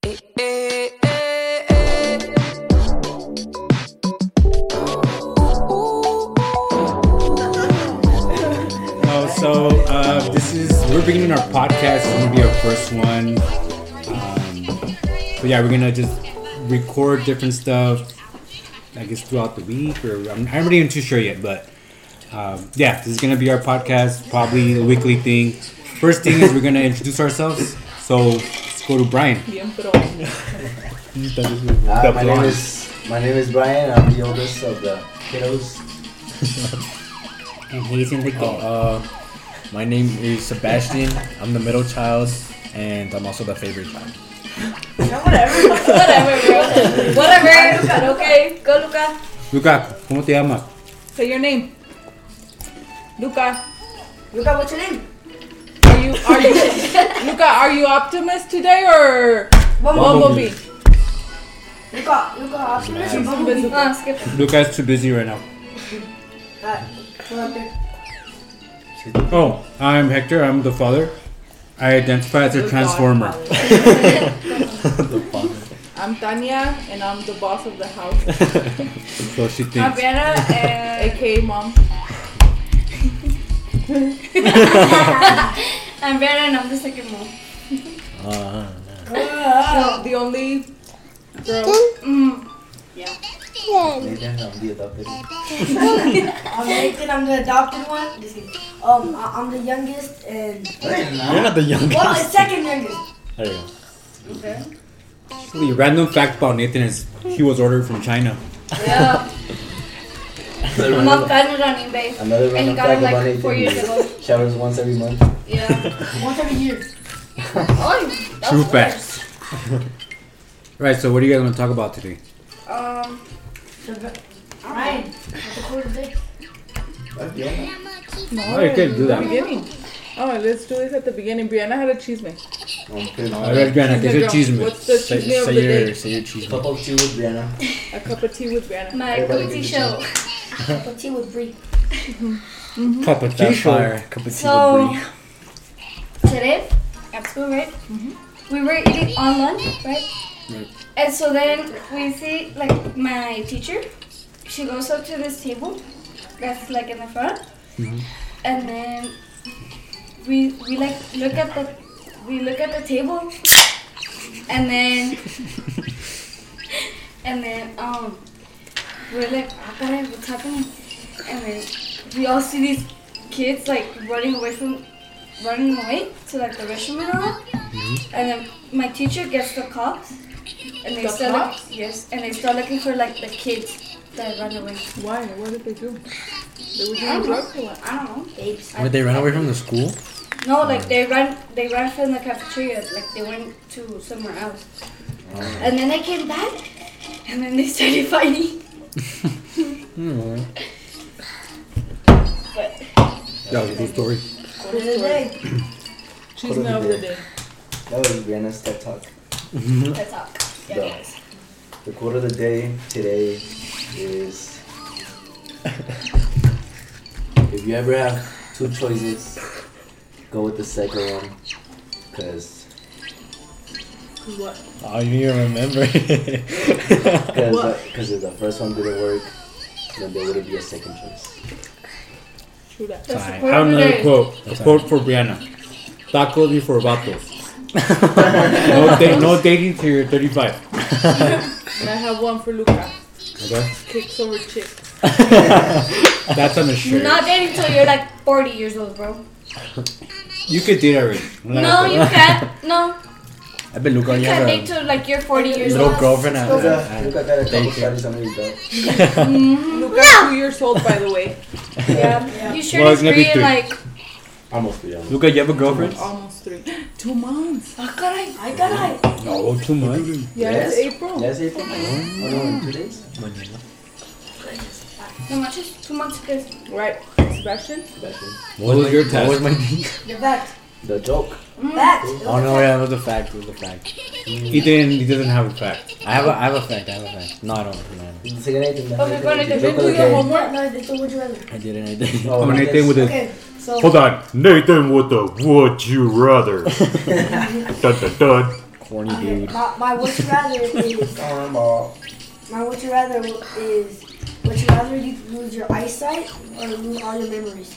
eh, eh, eh, eh. Oh, so uh, this is we're beginning our podcast. It's gonna be our first one. Um, but yeah, we're gonna just record different stuff. I guess throughout the week, or I'm, I'm not even too sure yet. But um, yeah, this is gonna be our podcast, probably a weekly thing. First thing is we're gonna introduce ourselves. So let's go to Brian. Uh, my name blonde. is my name is Brian. I'm the oldest of the kiddos. And he's in the game. Uh, my name is Sebastian. I'm the middle child, and I'm also the favorite child. Whatever, bro. Whatever. okay, go, Luca. Luca, ¿cómo te llamas? Say your name. Luca, Luca, what's your name? are you are you Luca? Are you optimist today or Bumblebee. Bumblebee? Luca, Luca, Optimus or Bumblebee? Bumblebee. Uh, skip it. Luca is too busy right now. Alright, come up here. Oh, I'm Hector. I'm the father. I identify as a transformer. I'm Tanya and I'm the boss of the house, So she thinks. and aka mom. I'm Brianna and I'm the second mom. Uh, Ah, So the only girl. Nathan, I'm the adopted. I'm Nathan, I'm the adopted one. Just kidding. Um, I- I'm the youngest and You're not the youngest. well, the second youngest. There you go. The random fact about Nathan is he was ordered from China. Yeah, Another mom random- got it on eBay. Another And he random got it fact about like four years Nathan. ago. he Showers once every month. Yeah. Once every year. Oh, that's True worse. facts. Right. So, what do you guys want to talk about today? Um, So, Bri- Brian, what's the code today? Oh, you can do that. Beginning. Oh, let's do this at the beginning. Brianna had a cheese man. I read Brianna, get your cheese man. What's the Say, cheese of the say day? your say your cheese. Cup of tea with Brianna. A cup of tea with Brianna. my Everybody cooking did show. Cup of tea with Brie. Cup of tea, That sure. fire cup of tea So- with Today, at school, right? We were eating on lunch, right? Right. And so then we see, like, my teacher. She goes up to this table that's, like, in the front. And then we, we, like, look at the, we look at the table. And then, and then, um, we're like, "Ah, caray, what's happening? And then we all see these kids, like, running away from running away to like the restroom and all that. And then my teacher gets the cops, and they The start look- cops? yes, and they start looking for like the kids that run away. Why? What did they do? They were I doing don't drugs or know. what? I don't know. Babes. Wait, they ran away from the school? No, Oh. like they ran, they ran from the cafeteria, like they went to somewhere else, Oh. and then they came back, and then they started fighting. But That was a good story. Code of the day. Cheese man of the day. That was Brianna's TED talk. Mm. that's all. Yeah, No. guys. The quote of the day today is: If you ever have two choices, go with the second one, cause What? Oh, you need to remember. Because What? if the first one didn't work, then there wouldn't be a second choice. True that. That's the I quote have of the another day. quote. A quote for Brianna. Tacos before vatos. no, da- no dating till you're 35. And I have one for Luca. Okay? Kicks over chicks. That's on the shirt. Not dating till you're like 40 years old, bro. you could date already. I'm not No, gonna- you can't. No, I bet Luca you already can't date had till like you're 40 a years little old. girlfriend at, Look at, at at, got a couple Thank you. studies on his belt. Luca, two years old, by the way. Yeah. You sure Well, is it's gonna be free in three. like. Almost three hours. Luca, you have a girlfriend? Almost three. Two months. Oh, God, I- I got it. No, too much. Yeah, it's Yes. April. Last April? Oh, no, in two days? No, much is two months because Right. Sebastian? That's it. What was your What was test? my name? You're back. The joke. Back. Oh no, yeah, it was a fact. It was a fact. He didn't. He doesn't have a fact. I have a, I have a fact. I have a fact. No, I don't remember. Didn't say anything. that Okay, happened. Brianna, did The joke you do of the your day. homework? No, this is what would you rather. I didn't. I didn't. Oh, Oh, I Nathan guess- with a. Okay, so Hold on, Nathan with a. Would you rather? dun dun dun. horny Okay, dude. my, my would you rather is Um, uh, my would you rather is would you rather you lose your eyesight or lose all your memories?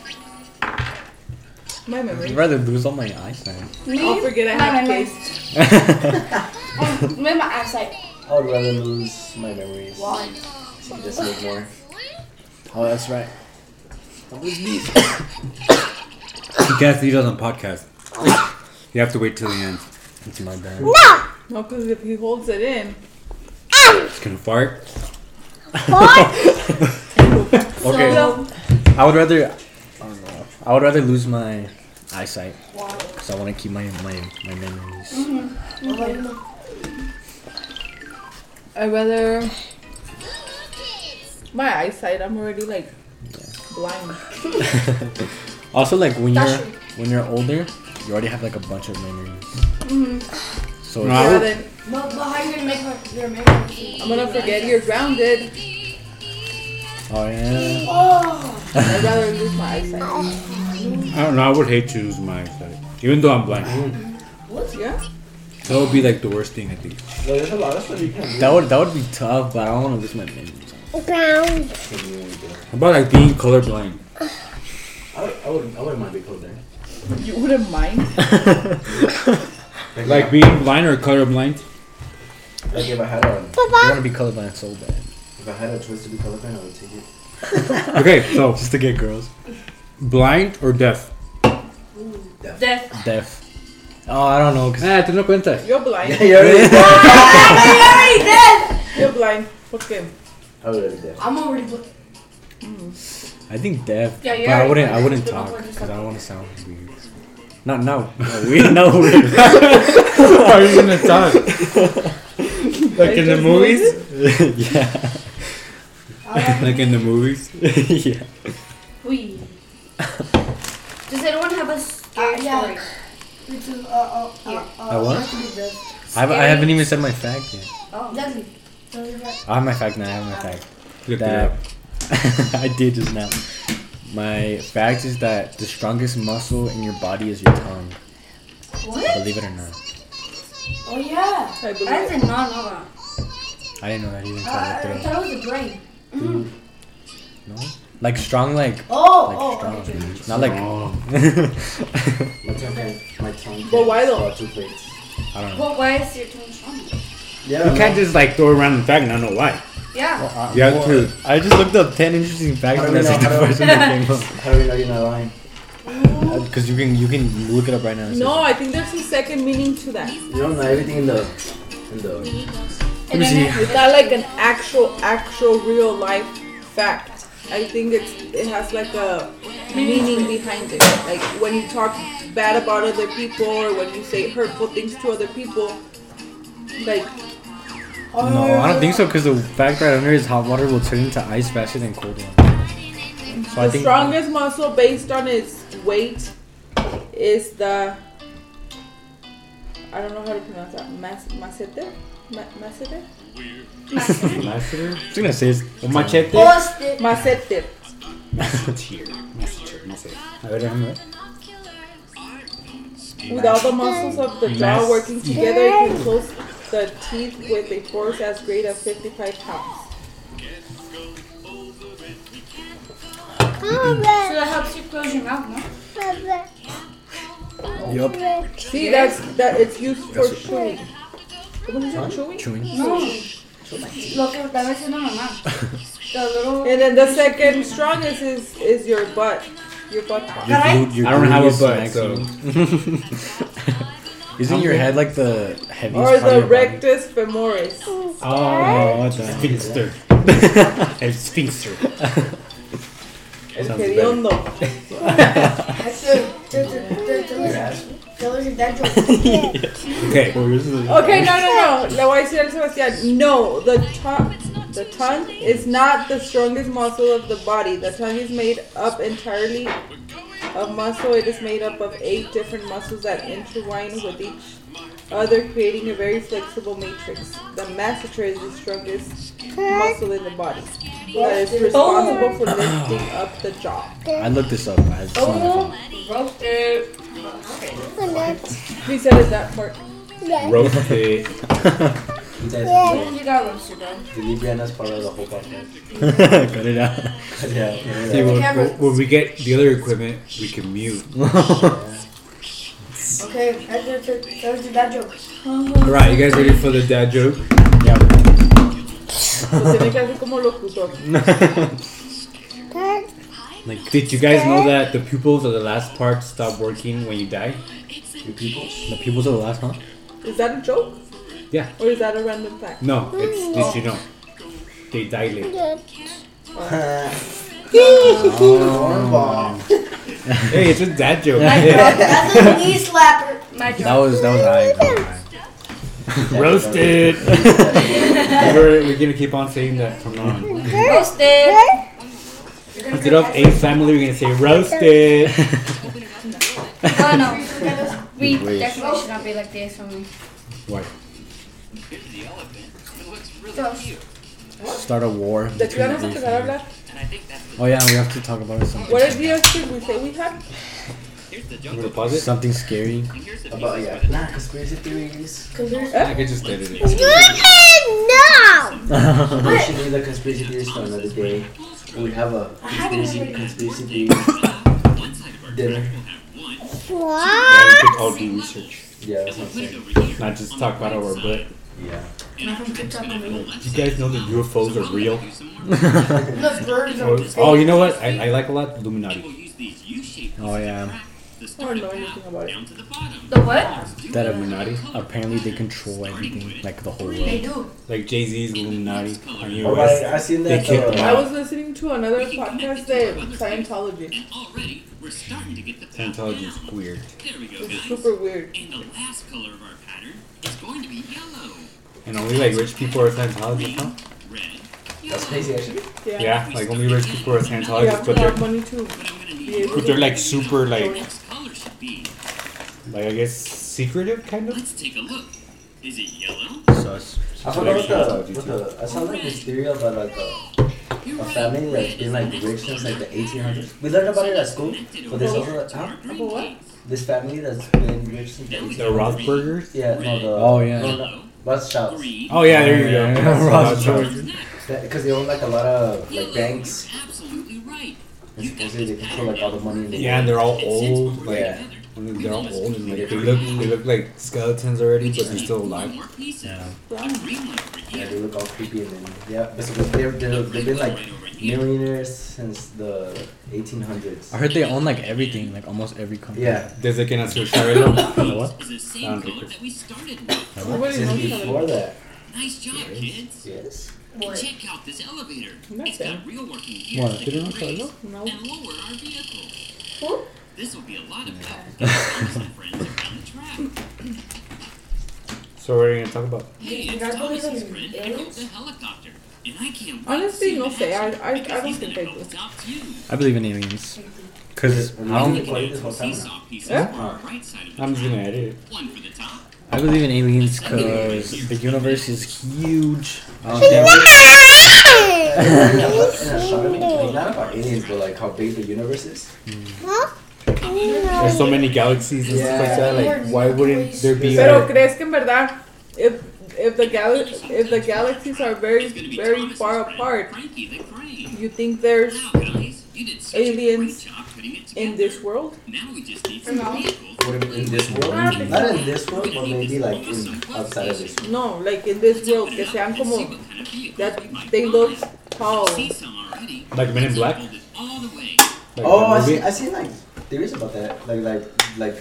My I'd memory. rather lose all my eyesight. Me? I'll forget I my have memory. kids. Um, with my eyesight. I would rather lose my memories. Why? So just live more. oh, that's right. You can't see those on podcast. You have to wait till the end. It's my bad. No, because if he holds it in, It's gonna fart. Okay. So- I would rather. I don't know. I would rather lose my eyesight Why? because I want to keep my my my memories. What about you? I'd rather my eyesight. I'm already like blind. Also, like when That's you're when you're older, you already have like a bunch of memories. So No, it's- I Yeah, would- then But, but how you gonna make her- your memories? I'm gonna forget you're grounded. oh yeah. Oh, I'd rather lose my eyesight. I don't know. I would hate to lose my eyesight, even though I'm blind. Yeah. That would be like the worst thing I think. No, there's a lot of stuff you can That would that would be tough, but I don't want to lose my memories. do. How about like being colorblind? I would, I would, I wouldn't mind being cold there. You wouldn't mind. Like being blind or colorblind? Like if I had a, I want to be colorblind so bad, if I had a choice to be colorblind, I would take it. Okay, so just to get girls. blind or deaf? Death. Deaf. Oh, I don't know. 'cause- Ah, te no cuenta. You're blind. you already did. You're blind. Okay. I would already did. I'm already bl- I think deaf. Yeah, you but I already- wouldn't. I wouldn't you don't talk want to because I talk. don't want to sound weird. Not now. No, we no weird. Are you gonna talk? like in the movies? yeah. Like in the movies? yeah. We. Does anyone have a scary Uh, yeah. story? me too. Uh, uh, uh, uh, A what? I have to be deaf. I haven't, I haven't even said my fact yet. Oh. Deadly. Tell me about- I have my fact now. I have my fact. Look that at I did just now. My fact is that the strongest muscle in your body is your tongue. What? Believe it or not, Oh yeah. I believe I it. did not know that. I didn't know that Uh, even until I, I I looked it up. thought it was the brain. No, like strong, like Oh, like oh. strong, okay, okay. not like. Strong. I My tongue can, my tongue can But why though? swallow two plates. don't know. Well, why is your tongue strong? Yeah, You can't just like throw around the fact and I don't know why. Yeah. uh, You have to. I just looked up ten interesting facts, How do we and that's like the know- how do first one that came How do we know you're not lying? up. Because you can you can look it up right now. It No, says- I think there's a second meaning to that. You don't know everything in the, in the. And then It's not like an actual, actual real life fact. I think it's it has like a meaning behind it. Like when you talk bad about other people or when you say hurtful things to other people, like Oh, no, I don't think so. Because the fact right under is hot water will turn into ice faster than cold water. So I the think strongest muscle based on its weight is the I don't know how to pronounce that. Mas- macete? Ma- macete? Master. I was gonna say it's Un machete. Busted. Macete. I would have it. With all the muscles of the jaw Mas- working together, it can close the teeth with a force as great as 55 pounds. So that helps you close your mouth, no? Yup. See, that's that. It's used for chewing. What is it, chewing? Chewing. No. Lo que tal vez es no mamá. The little. And then the second strongest is is your butt, your butt. part. Your Caray. glute- your I don't have a gluteus butt, max- so- Isn't your head like the heaviest Or part of the your body? rectus femoris. Oh, what the? Sphinxer. El sphinxer. Hediondo. That's it. Tell- tell- tell- tell us- Tell us your dad joke. Okay. Okay, no, no, no. Le voy a decir al Sebastián. No, the tongue, the tongue is not the strongest muscle of the body. The tongue is made up entirely of muscle. It is made up of eight different muscles that intertwine with each other, creating a very flexible matrix. The masseter is the strongest muscle in the body that is responsible for lifting up the jaw. I looked this up. I just wanna- Roasted. He said it that part. Roast it. You guys, You got roasted, bro. Delibrian has part of the whole podcast. Cut it out. yeah. See, yeah. when, Cameras. when- when we get the other equipment, we can mute. Okay, that was your- that was your dad joke. All right, you guys ready for the dad joke? Se tiene que hacer como locutor. Like, did you guys know that the pupils of the last part stop working when you die? Your people. The pupils are the last, huh? Is that a joke? Yeah. Or is that a random fact? No, it's did you know? They dilate. Oh. Cornball. Hey, it's a dad joke. That's a knee slapper. My job. That was that was high. Roasted. we're, we're gonna keep on saying that from now on. Roasted. Look it up, Ace family. We're gonna say roasted. Oh no. We Wait. definitely should not be like this for me. Why? So, Start a war. ¿De qué between vamos a these empezar a hablar? things. Oh yeah, we have to talk about it something. What ideas did we say we had? Reposit? Something scary. About, yeah. Nah, conspiracy theories. I could just edit it. We should leave the conspiracy theories for another day. We have a conspiracy conspiracy theory dinner. Yeah, we could all do research, Yeah, that's what I'm saying. not just talk about our butt. Yeah. You guys know that UFOs are real. The birds are. Oh, oh, you know what? I, I like a lot Illuminati. Oh yeah, I don't know anything about it. the what? that Illuminati. Apparently they control everything, like the whole They world. do. Like Jay Z's Illuminati. Kanye Oh, West. I, I seen They that. kicked them I out. Uh, was listening to another podcast that Scientology. Scientology is weird. It's super weird. And only like rich people are Scientologists, huh? that's crazy actually. Yeah. Yeah, like only rich people are You have Scientologists, to but they're have money to be able but to. they're like super like like I guess secretive kind of. Sus. I forgot what the, what the I saw like this theory about like a, a family that's been like rich since like the 1800s. We learned about it at school, but there's also huh? About what? this family that's been rich since the 1800s. The Rothburgers. Yeah, no, the Oh, yeah. no, no, Rothschilds. Oh yeah, there you Yeah, go. Rothschild. Because they own like a lot of like banks. And supposedly they control like all the money. In the Yeah, and they're all old. Like Yeah. I mean, they're all old and like they look they look like skeletons already, but they're still alive. Yeah, they look all creepy and then yeah, basically they're, they're, they've been like millionaires since the 1800s. I heard they own like everything, like almost every company. Yeah, Desde que nació Chabelo. What? Estaban ricos. Nobody since knows how before to. that. Nice job, kids. Yes. What? Check out this elevator. It's Nothing. got real working gears What? that They can don't raise know? No. and lower our vehicle. Huh? This will be a lot of fun. for Thomas and friends around the track. So what are you gonna talk about? Hey, You it's guys believe Thomas's in friend aliens? Echo the helicopter, and I can't wait to Honestly, see no him in sé. I, action, I, I because don't he's think I gonna go do. top two. I believe in aliens. Cause I We're not don't. recording this whole time now. Seesaw pieces Yeah. for our right side of the I'm just track. gonna edit One for the top. I believe in aliens because the universe is huge. I Oh, don't think- And I thought- and I thought, like, Not about aliens, but like how big the universe is. it. There's so many galaxies and stuff like that. Like why wouldn't there be? Pero Like, crees que en verdad, if if the gal if the galaxies are very It's gonna be very Thomas's far friend, apart, Frankie the Crane. you think there's Wow, guys, you did such a great aliens job putting it in together. this world? Now we just need some vehicles. Would it be in this world? Not in this world, but maybe like in outside of this. world. No, like in this world que sean como that they look tall. like Men in Black. Like Oh, I the see. movie? I see. Like theories about that. Like like like.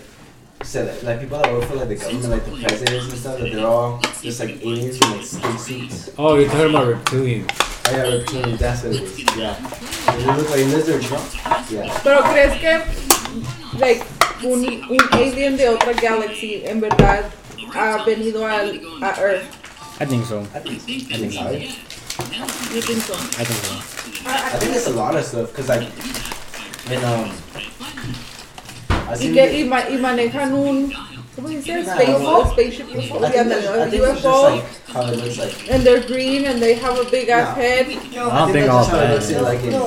So like, like people that work for like the government, like the presidents and stuff, that they're all just like aliens in like skin suits. Oh, you're talking about reptilians. I got reptilian. That's what it is. Yeah. They look like lizards, huh? Yeah. Pero crees que like un, un alien de otra galaxy en verdad ha venido al a Earth? I think so. I think, I think so. You think so? I think so. I think it's a lot of stuff because like, and um, I Y seen E que y, ma- y manejan un We said Nah, space, well, a spaceship before. I Yeah, think, that, I the think it's just UFO, like how it looks like. and they're green, and they have a big ass No. head. No, I don't think that's all just how it that looks is. in, like in, No,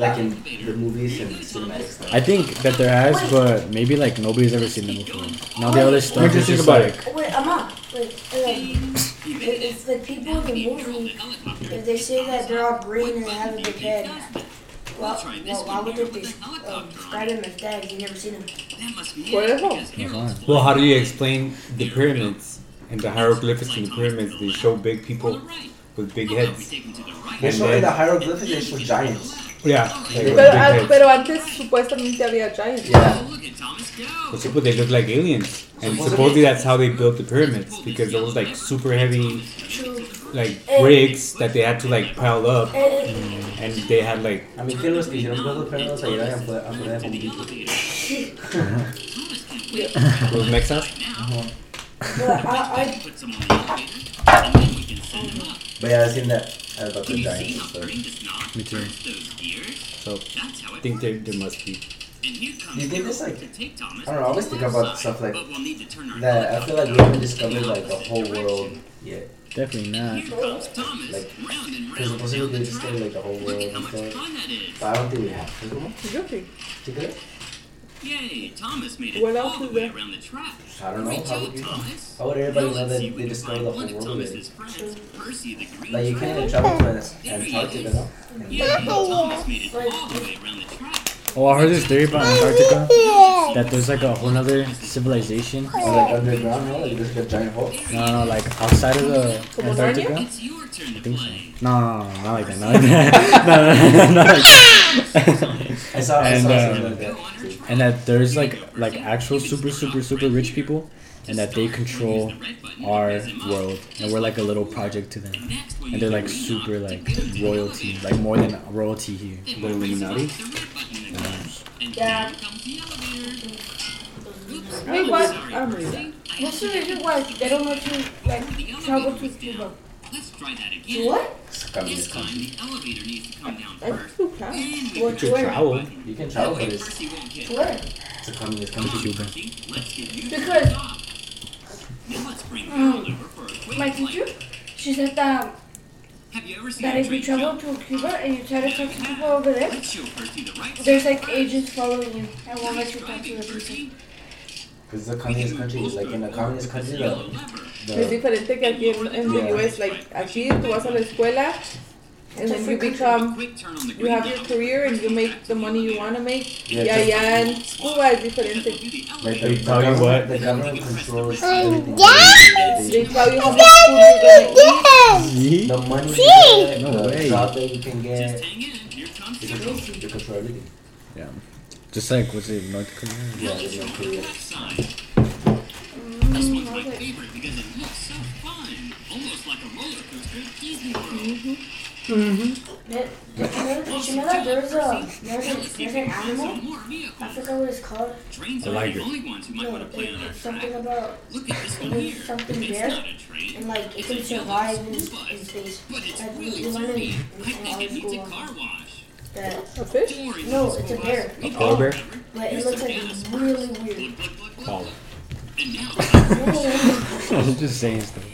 like in the movies and cinematics. I think that there has, but maybe like nobody's ever seen them before. Now the other stuff What do you is think just about like Wait, I'm not. Wait, um, if the people in the movie, if they say that they're all green and they have a big head, well, well why would they be um, Spider-Man's dad if you never seen him? Por eso. Well, how do you explain the pyramids and the hieroglyphics in the pyramids? They show big people with big heads. They And show in the then, hieroglyphics they show giants. yeah, like with big Pero, an- heads. pero antes supuestamente había giants. Yeah. But people, they look like aliens, and supposedly that's how they built the pyramids because there was like super heavy True. like bricks that they had to like pile up, And, and they had like A mí que los que hicieron los perros ayudan a poder a poner un poquito. those mexas. but I, I, But yeah, I've seen that uh, about the giants and stuff. me too. So I think there, there must be. Do you think it's like I don't know, I always think about stuff like that I feel like we haven't discovered like the whole world yet. Definitely not. Like because supposedly they discovered like the whole world and stuff. But I don't think we have. Is it one? Yo sí. Think of it? Yay, Thomas made What it else all the is way there? around the track. I don't know. Great How job, would you Thomas. how would everybody Now know let's that see if we they can discovered find the one whole of world Thomas's already? friends, Percy the Green Like you Dragon. can't even travel to Antarctica now. Yay, Thomas made it all the way around the track. Oh, I heard this theory about Antarctica that there's like a whole other civilization. Or like underground, no? Like there's like a giant hole. No, no, like outside of the Como Antarctica. araña? It's your turn to play. No, no, no, not like that. Not like that. no, no, no, not like that. I saw I And, saw uh, something like that. too. and that there's like like actual super super super rich people, and that they control our world, and we're like a little project to them. Next, when And you they're like super like royalty, like more than royalty here. The Illuminati. hit the red button again, and yeah. here comes the elevator. Wait, what? I'm reading. What's the reason why they don't let you like travel to Cuba? Let's try that again. What? This Communist time, country. the elevator needs to come down That's first. too fast. You could travel. You can That travel way but it's Percy won't get Where? it's a communist country. Cuba. Percy, let's get you to Because- Mm. the top. Now let's bring Harold over for a quick My flight. teacher, she said that, Have you ever seen that a if you train travel show? to Cuba and you try to talk to people over there, Let's show Percy the right there's side like agents following you and won't let you talk to driving, the person. Percy. Because the communist country is like in a communist country, Yellow the, lever. Es the diferente que aquí en, en the Yeah. US, like aquí tú vas a la escuela and then you Different country. become, Quick turn on the you green have your light. career and you make the money you want to make. Yeah, Y allá just- en Cuba es diferente. Do the elevator. like the, They the tell you government- what. the government controls Oh, everything. They They- tell you how much food you're gonna eat. they- See? The money, you get, No the way. job that you Just can get, hang in. Here comes they the control, elevator. they control everything. Just like what's it, North Korea? Yeah, there's no career. Left side. This one's my favorite because it looks so fun. Almost like a roller coaster at Disney World. did, did, you know, did you know that there's a there's, a, there's an animal? Some more I vehicles. forgot what it's called. Trains I are like the it. only ones who might No, want to play it, on our it's something track. about Look at this one there's here. something It's there not a train, and like it it's a can yellow survive in, school in bus. space. But it's Like we really we learned dirty. in, I in think our it needs a car school wash. that A fish? Don't worry, No, this is it's a for bear. us. A We've polar all bear? covered. but it Here's looks some like dinosaurs. really weird. Look, look, look, look, Polar. look. And now, I'm just saying stuff.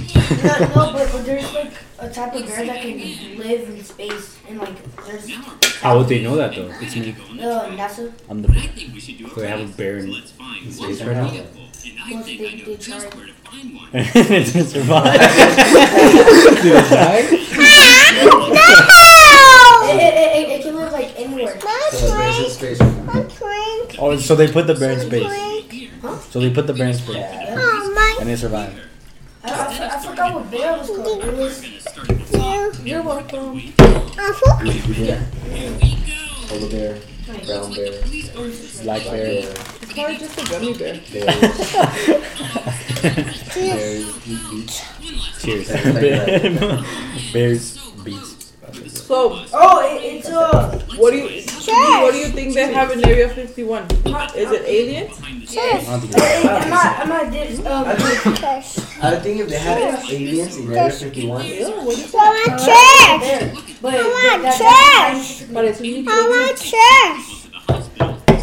no, no, but, but there's like a type of bear that can live in space and like there's now uh, our How would they know that though? It's me. NASA. I'm the But I think we should do a So they have a race. bear in So let's find in one space right now? Uh, vehicle, and I Once think they- I know they just try. where to find one. it's gonna survive. It, it, it, it, it can live like anywhere. So the bears in space right now. Oh, so they put the bear in space. So they put the bear in space, Yeah. and they survive. I, I, for- I forgot what bear it was called. It was We're gonna start at the top. You're welcome. Here we go. Polar bear, brown bear, Police cars is Black black bear. bear, It's probably just a gummy bear. bears, Cheers. Bear. Bears. so close. So, oh, it, it's a what do you what do you think they have in Area 51? Is it aliens? Behind the I don't think Hey, I'm not. I'm not. This, um, I think if they had aliens in Area 51, Ew, what is that? I want chairs. bear, but I want that- chairs. Parece un I want chairs.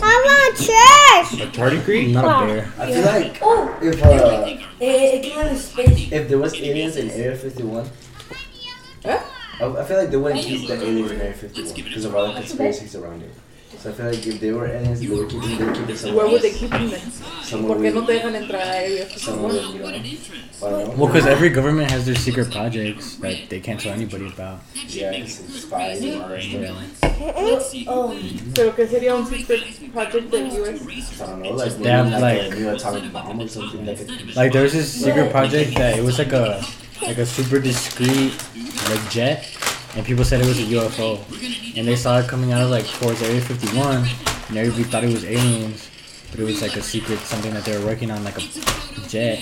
I trash. A tardigrade? Not a bear. I feel like Oh, if uh, it, it came out of space. if there was aliens in Area 51, Huh? I I feel like they wouldn't keep the aliens in Area 51 because of all the conspiracies around it. So I feel like if they were aliens, they would keep they would keep it somewhere. Where would they else. keep them? Somewhere ¿Por qué no te weird. dejan entrar a Area Somewhere 51? weird, you know. um, I don't know. Well, because every government has their secret projects that they can't tell anybody about. Yeah, it's it's spies and all that stuff. Oh, Pero que sería un secret project del US. I don't know, like They have, maybe like- like a new atomic bomb or something that could. Like there was this secret project that it was like a like a super discreet like jet, and people said it was a UFO, and they saw it coming out of like towards Area 51, and everybody thought it was aliens, but it was like a secret something that they were working on like a jet.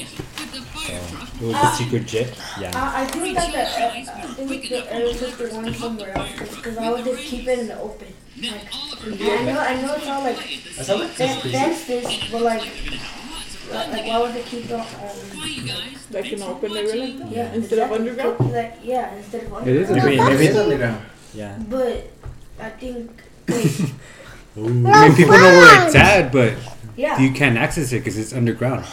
So It was a secret jet. yeah, I, I think that the, uh, I think the Area 51 somewhere else because I would just keep it in the open. Like, I know, I know it's all like I sound like fe- conspiracy. fences, but like, uh, like, like why would they keep it? Um, Like an open area? yeah, Instead of underground? Like, yeah, instead of It is underground. a Maybe- secret maybe- jet. It's underground. yeah. But I think, I mean, people know where it's at, but yeah. you can't access it because it's underground.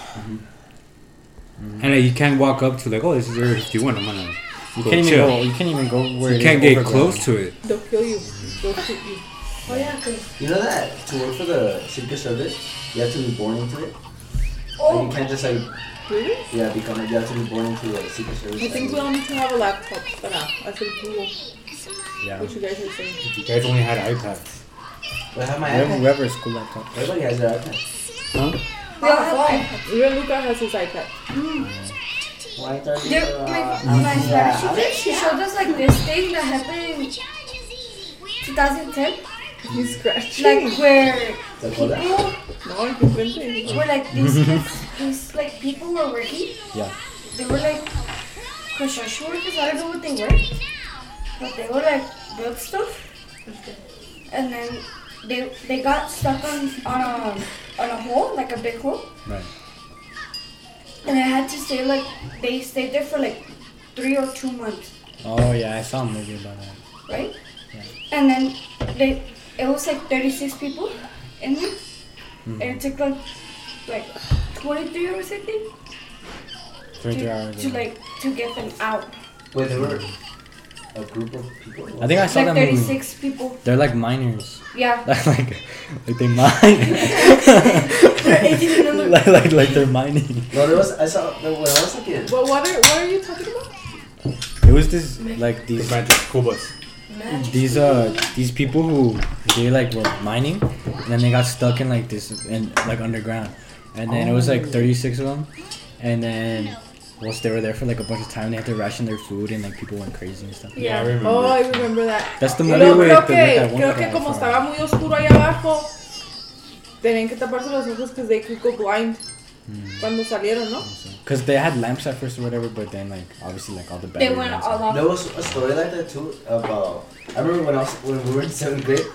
And uh, you can't walk up to like, oh, this is Area 51. I'm gonna You go can't even chill. go. You can't even go where You it can't is get overgrown. close to it. They'll kill you. They'll shoot you. Oh yeah, cause You know that to work for the Secret Service, you have to be born into it. Like, oh, you can't just like Really? yeah become. You have to be born into the Secret Service. I think we all need to have a laptop for now. I said Google, Yeah. what you guys are saying. You guys only had iPads. But I have my Wherever, iPad. wherever school laptop. Everybody has their iPad. we all have Even Luca has his iPad. Why don't you? There, Uh, my, my yeah, Spanish teacher, she showed us like this thing that happened in 2010, He's scratching. like where the Kodak? people no, he's inventing. were like these kids, these like people were working. Yeah. They were like construction workers. I don't know what they were, but they were like build stuff, and then they they got stuck on on a, on a hole, like a big hole. Right. And I had to stay like they stayed there for like three or two months, Oh yeah, I saw a movie about that. right? And then they it was like thirty six people in there. And Hmm. it took like like twenty three or something Twenty-three to, hours. to like to get them out. Wait, they were a group of people. I think I saw like that thirty movie. six people. They're like miners. Yeah. like like like they mine. like like like they're mining. No, there was. I saw no, when I was like in. But what are what are you talking about? It was this like It's these about the school bus. these uh these people who they like were mining and then they got stuck in like this and like underground and then it was like 36 of them and then once they were there for like a bunch of time they had to ration their food and like people went crazy and stuff. Yeah, I remember. Oh, I remember that. That's Mm-hmm. the Yo movie with creo the with que, that one creo que guy como from- estaba muy oscuro ahí abajo, tenían que taparse los ojos because they could go blind Mm. cuando salieron, ¿no? Cause they had lamps at first or whatever, but then like obviously like all the bad. They went all off. There was a story like that too about. I remember when I was when we were in seventh grade,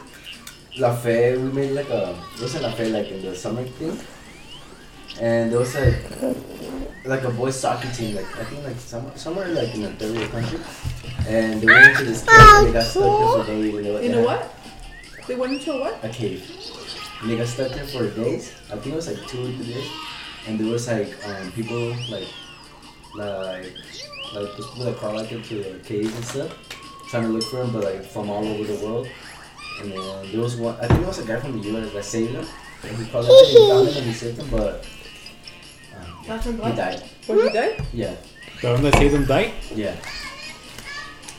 La Fe. We made like a was it La Fe like in the summer thing, and there was like like a boys soccer team like I think like some, somewhere like in the third world country, and they went into this cave and they got stuck there for days. and they were- You they know had what? They went into a what? A cave. And they got stuck there for days. I think it was like two or three days, and there was like um, people like like like just people that crawl like into the caves and stuff, trying to look for him, but like from all over the world. And then there was one, I think it was a guy from the U.S. that saved him, and he crawled up and found him and he saved him, but um, Not from he blind. died. Were you there? Yeah, The one that saved them died? yeah.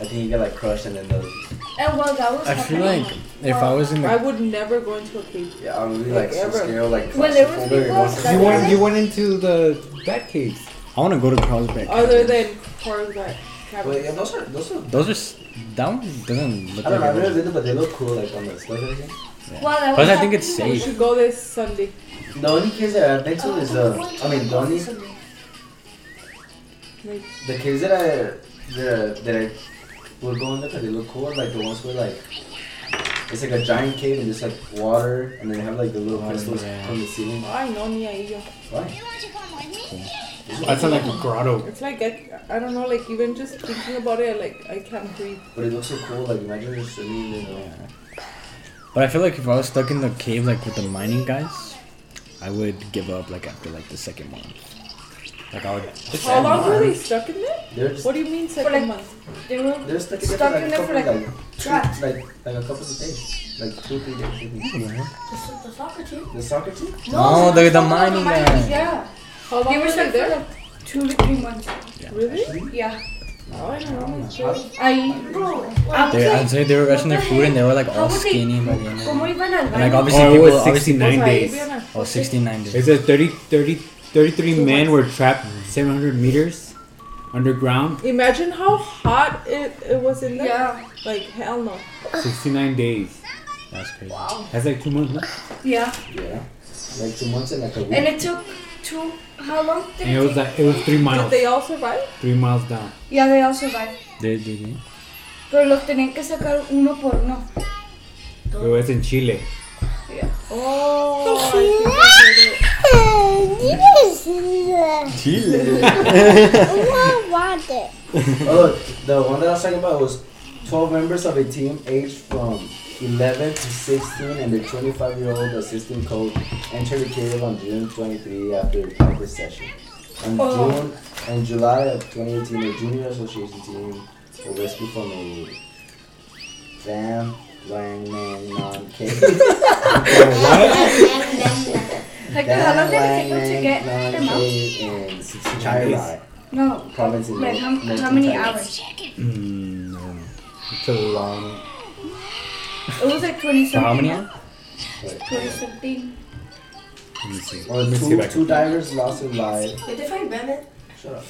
I think he got like crushed and then the And Oh, well, that was I feel happening. like if I was in I the would never go into a cave. yeah, I was really Like like so ever. scared, like When there was claustrophobic, people it wasn't- that- You went, you went into the bat cave. I want to go to Carlsbad. Other than Corvette. But yeah, those are those are Those are s- that one doesn't look I don't know, like I've never it. been there, but they look cool, like on the stuff. and everything. well, that was Plus, I think it's happening. We safe. should go this Sunday. The only case that I've been to is, uh, I mean, the only Like, the caves that I that, that I would go in there because they look cool, like the ones where like it's like a giant cave and there's like water and then they have like the little Oh, crystals yeah. from the ceiling. ay, no, ni ahí yo. Why? That's not like a grotto. It's like, I, I don't know, like even just thinking about it, like I can't breathe. uh, But it looks so cool, like imagine you're swimming in the But But I feel like if I was stuck in the cave like with the mining guys, I would give up like after like the second month. Like I would. How long were they stuck in there? They're just What do you mean second like- month? They were they're stuck in there stuck for in like there a for couple like, like trapped. like like a couple of days, like two three days. maybe. The, the soccer team? The soccer team? No, they they're were the stuck with mining miners, guys. Yeah. How long They were were they stuck for there? like two to three months. Really? Yeah. Oh, I don't know. I. Bro, I was They, like, I'd say they were rushing their the food and they were like all How would they- skinny by the end. of ¿Cómo it. iban al And like baño? obviously Oh, it people was obviously 69 Ahí, days. Diana. oh 69 days. It says 30, 30, 33 men were trapped 700 meters underground, Imagine how hot it, it was in there. Yeah. Like, hell no. 69 days. That's crazy. That's like two months. huh? Yeah. Yeah. Like two months and like a And week. it took two. How long did And it it was take? like it was three Did miles, they all survive? three miles down. Yeah, they all survived. They, they, they. Pero los tenían que sacar uno por uno. It was in Chile. Oh, Oh, the one that I was talking about was 12 members of a team aged from 11 to 16 and their 25 year old assistant coach entered the cave on June 23 after a practice session. On Oh. June and July of 2018, the junior association team were rescued from a Van Langnam cave. Like, how long Van did it take them to get them Langnam out? cave in Chirai No. province in Like, how, northern how many Thailand. hours? Mm, no. It's a long. It was like 20 something. So how many? are? 20 something. Let me see. Well, Let me see two, if I two can. divers lost their lives. did they find Bennett? Shut up.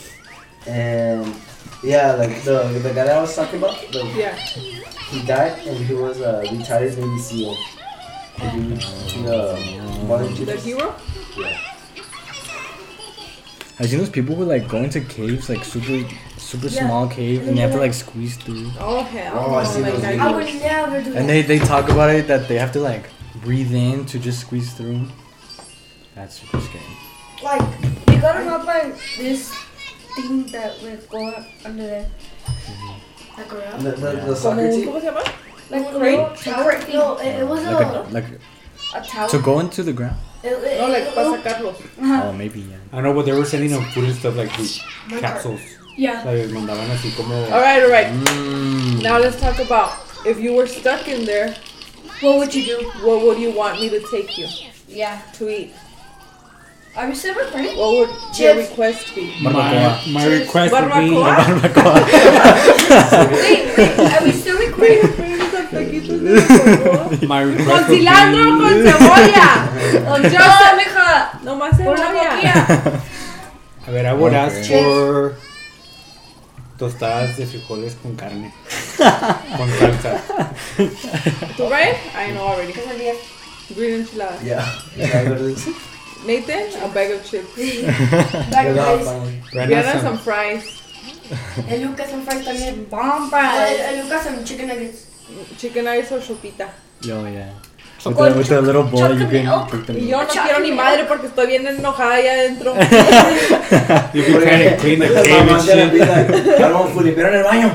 And yeah, like the the guy that I was talking about, the, yeah. he died and he was a retired Navy SEAL. And he uh, volunteered. The hero? I've seen those people who like go into caves, like super, super small cave, and they have to like squeeze through. Oh, hell. Oh, I no, see like, those I- videos. I would never do And that. they, they talk about it that they have to like breathe in to just squeeze through. That's super scary. Like, they got them out by this thing that would go up under there. Like Mm-hmm. around. The, the, Como the soccer un, team. ¿Cómo se llama? Like, a Crane? little tower thing. No, it, it was Like a, a. like A tower. to go into the ground. It, it, No, like, it- para sacarlos. Oh, maybe yeah. I know, but they were sending them food and stuff like these capsules. Yeah. Like, les mandaban así como. Alright, alright. Mm. Now let's talk about if you were stuck in there, What would you do? what would you want me to take you Yeah. to eat? Are we still recording? What would your Chips. request be? My, my request would be. Barbacoa? Wait, wait, are we still recording? My Con request would cilantro, be. con cebolla. Oh, mija. No más Una cebolla. boquilla. A ver, I would ask Okay. for tostadas de frijoles con carne. con salsa. Tú, Ryan? I know already. Come on, dear. Green enchilada. Yeah. Yeah, literally. Nathan, a bag of chips. Back Without place. finding- Right now, Diana, some, some fries. And Lucas and Frank también. Bomb And, fries. and Lucas some chicken nuggets. Chicken nuggets or chupita. Yo yeah. With the, with the little Oh, boy, you oh. can pick Y them. yo no quiero ni madre porque estoy bien enojada ahí adentro. you can kind of clean the Because cave my and mom's gonna be shit. like, I don't fully en el baño.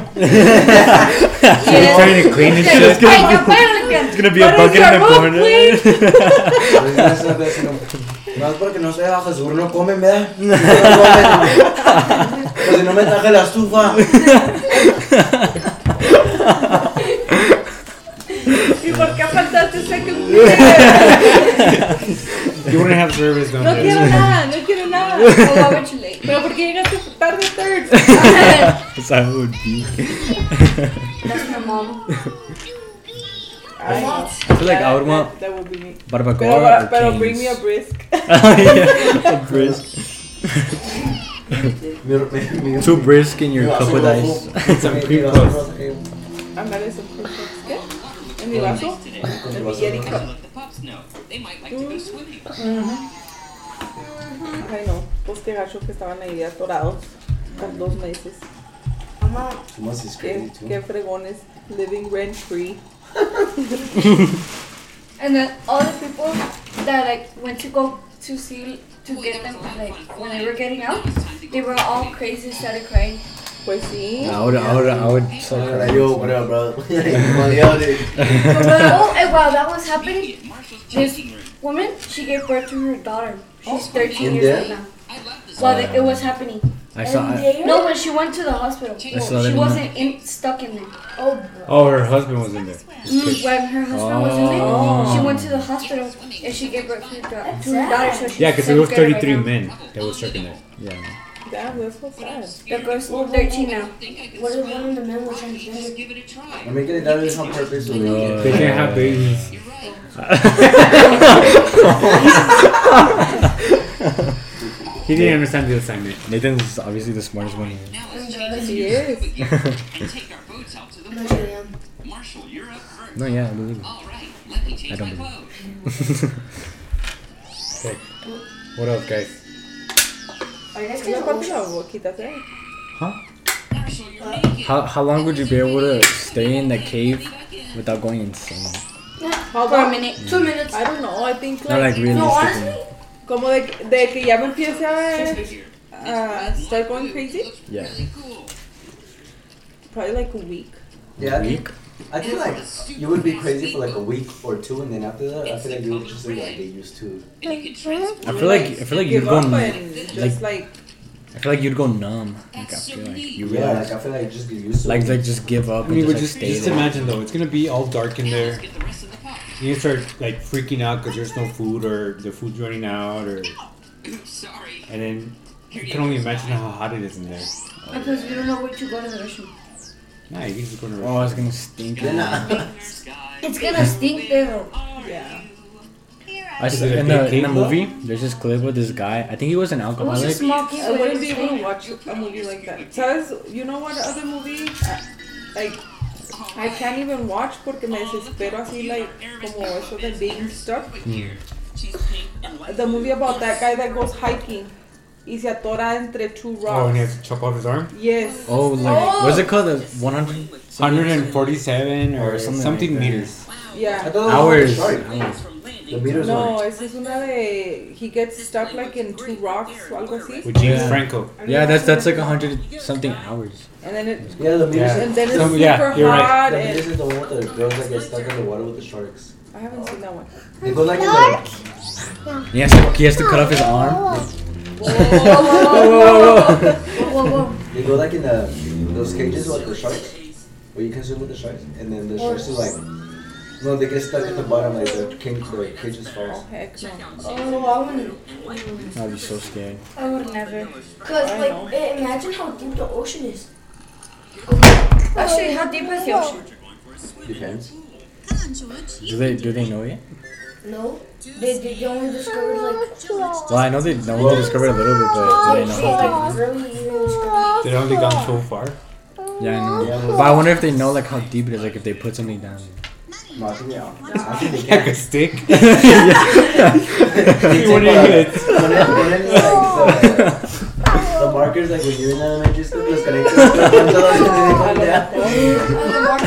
You're trying to clean and shit. It's gonna be But it's your room, please. Entonces, no, pues, no, No es porque no estoy bajo seguro, no comen, ¿verdad? No comen. Pues si no me traje la estufa. ¿Y por qué faltaste ese que You wouldn't have service down No quiero there. nada, no quiero nada. Oh, why would you late? Pero porque llegaste tarde, third. That's how it would be. That's my mom. I know. I feel like I would That- want That would be me. barbacoa Pero, or pero canes. bring me a brisk. yeah, a brisk. Mi- mi- mi- Two brisk in your mi cup vaso with ice. rojo. Mi- mi vaso rojo. Ándale, eso. ¿Qué? ¿En mi vaso? Con mi En mi vaso Yeti rojo. cup. Let the pups know. They might like to go swimming. Mm-hmm. Ay, no. Pues qué gacho que estaban ahí atorados por dos meses. Mamá, Tomás is crazy Qué, too. qué fregones. Living rent free. And then all the people that like went to go to see to get them like when they were getting out, they were all crazy, started crying. Pues sí. I would, I would, I would. suck I'm her. like, yo, what up, bro? Yo, dude. oh, and while that was happening, this woman she gave birth to her daughter. She's 13 Oh, in years there? old now. While it- it was happening, I saw. I, no, when she went to the hospital, saw that she in wasn't in, stuck in there. oh, her husband was in there. Mm, when her husband was in Oh. there, she went to the hospital and she gave birth to her, da- to her daughter. So she's Yeah, because there so was good right 33 now. men that was stuck in there. Yeah. Damn, that's so sad. The girl's 13 now. What if one of the men was transgender? I mean, que done this on purpose. so they No. They can't have babies. He didn't understand the assignment. Nathan's obviously the smartest one here. Yes, he is. and take our boats out to the No, water. Julian. Marshall, you're up first. No, yeah, I believe it. All right, let me change I don't my clothes. Okay. What else, guys? No papi no, boquitas, eh? Marshall, you're naked. How, how long would you be able to stay in the cave without going insane? How For a about? minute, two minutes. I don't know. I think Not like like realistically. No, honestly, como de, de que ya me empiece a uh, start going crazy. yeah. Probably like a week. Yeah, I think, Week? I think like you would be crazy for like a week or two, and then after that, I feel like you would just like get used to. I feel like I feel like you'd Give go. up n- and just like I feel like you'd go numb. Like I feel like you Yeah, realize. like I feel like just get used to. Like it. like just give I up and mean, just, but like, just, stay just there. imagine though, it's gonna be all dark in there. You start like freaking out because there's no food or the food's running out, or Sorry. and then you can only imagine how hot it is in there. because we don't know where to go to the restroom. Nah, you can just go to Oh, it's gonna stink. Then, uh, It's gonna stink there though. yeah. I Is saw, it a in, big the, in cave the though? Oh, movie, there's this clip with this guy. I think he was an It was a alcoholic. small I kid. wouldn't be able to watch a movie like that. Sabes, you know what other movie? I, like I can't even watch porque me desespero así like como eso de being stuck. The movie about that guy that goes hiking y se atora entre two Oh, and he rocks. has to chop off his arm. Yes. Oh, like what's it called? The 100 147 or, Or something something, like that. meters. I Yeah. thought that was hours. short. hours. The meters No, one. esa es una de he gets stuck like in two rocks o algo así. With James Yeah. Franco. Yeah, that's that's like 100 something hours. And then it Yeah, the meters. Yeah. and then it's Some- super yeah, you're right. hot The and meters is the one with the girls that get stuck in the water with the sharks. I haven't seen that one. They go like in the. He has to, he has to cut off his arm. Oh. Whoa, whoa. They go like in the those cages with the sharks, where you can swim with the sharks, and then the sharks is like, no, they get stuck at the bottom, like the cage, the cage just falls. Oh heck no. Oh, I wouldn't. I'd be so scared. I would never. Cause like, eh, imagine how deep the ocean is. Actually, how deep is the ocean? Depends. Do they do they know it? No, they they only discovered like Well, I know they know they discovered a little bit, but do they know how like really really discovered. They've only gone so far. deep? Yeah, I know. But I wonder if they know like how deep it is. Like if they put something down. No, I think they are. I think they Like can. a stick. They What do you take, uh, One end, one end is like the, the markers, like when you're in elementary school, los conectas con todos and then they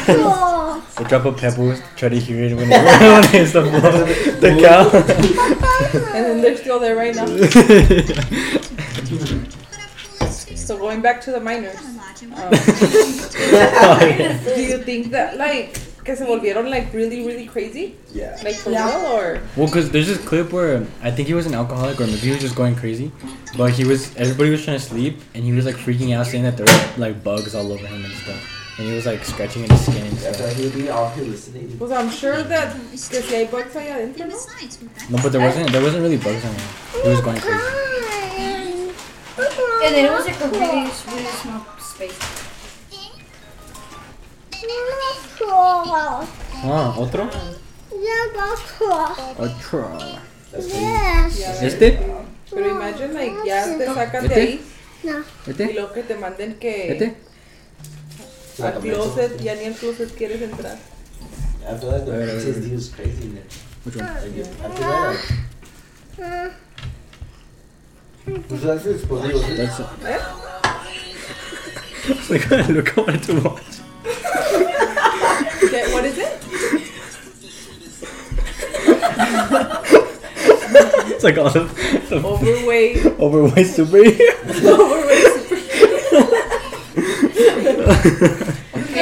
come down. They drop a pebble, try to hear it when it when it hits the floor. The cow. And then they're still there right now. So going back to the minors, um, do you think that like que se volvieron like really really crazy, Yeah. like for real or Well, cause there's this clip where I think he was an alcoholic or maybe he was just going crazy, but he was everybody was trying to sleep and he was like freaking out saying that there were like bugs all over him and stuff, and he was like scratching at his skin and I feel stuff. like he'll be all hallucinating. Pues I'm sure that que si hay bugs allá adentro, ¿no? No, but there wasn't there wasn't really bugs on him. He was going crazy. And then it was like a really, really small space. Ah, otro. Otro. Este. Pero imagine like ya te sacan de ahí y Este. luego que te manden que Este. Like a al mental- closet ya ni al closet quieres entrar. I feel like the PTSD is crazy. man. Which one? Like, if- I feel like. Uh. Pues hace explosivos. That's. like I look, I wanted to watch. ¿Qué- what is it? It's like all the Overweight, overweight superhero. overweight.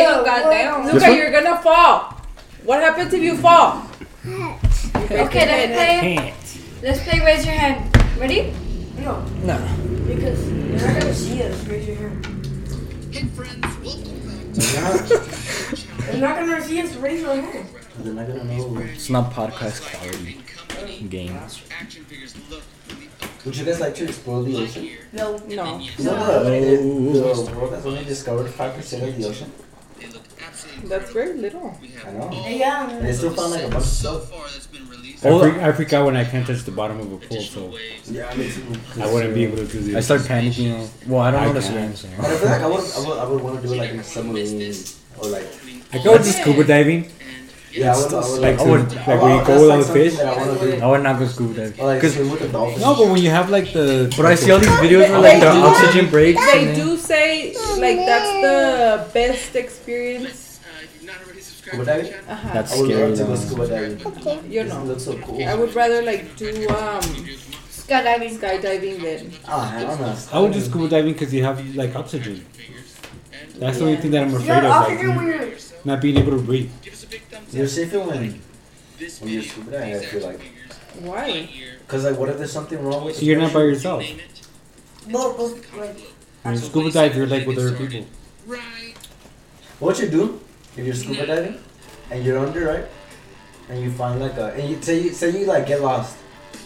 Oh, goddamn. Luca, you're gonna fall. What happens if you fall? Okay, let's play. Can't. Let's play. Raise your hand. Ready? No, No. because you're not gonna see us. Raise your hand. They're not gonna see us. Raise your hand. They're not gonna know. It's not podcast quality game. Would you guys like to explore the ocean? No. No. You know the, Oh. the world has only discovered 5% of the ocean? That's very little. I know. And Yeah. they still found like a bunch of stuff. I Oh, freak, I freak out when I can't touch the bottom of a pool, so Yeah, I mean, I wouldn't be able to do this. I start panicking. Well, I don't I know the can. swim, so. But I feel like I would, I would, I would want to do it like in a submarine or like. I go with scuba diving, Yeah, I would, I would like like. to, I would- like when you go with all the fish. That I want to do. I would not go scuba diving. Or like 'Cause- swim with the dolphins. No, but when you have like the. But I see all these videos where like the They do- oxygen breaks. They and then- do say like that's the best experience. Scuba diving? Uh-huh. That's I would scary. love to go though. scuba diving. You It know, looks so cool. I would rather like do um Skydiving. skydiving than Ah, I don't know. I would do scuba diving because you have like oxygen. That's the only thing that I'm You afraid got of, oxygen when like, you're. not being able to breathe. You're safer when, when you're scuba diving, I feel like. why? Because, like, what if there's something wrong with So you're not by yourself. No, no, like, When you scuba dive, you're like with other people. What you do if you're scuba diving and you're under, right? And you find like a and you say you say you like get lost,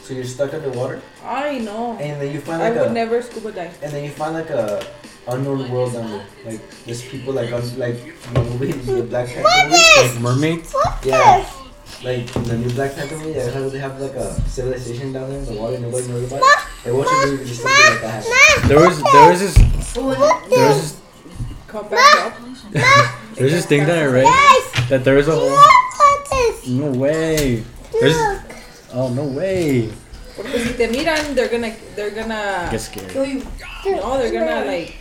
so you're stuck underwater, I know. and then you find I like would a never scuba dive. and then you find like a unknown world down there. Like there's people like un, like in the movie the Black Panther movie. Like mermaids? Yeah. Like in the new Black Panther movie, they have, they have like a civilization down there in the water, nobody knows about it. Like what you do if just something like that happens. There was there was this there was this Come back up. There's this thing that I read that there is a whole. No way. There's. Oh no way. Porque si te miran, they're gonna they're gonna Get scared. kill you. no, Oh, they're gonna like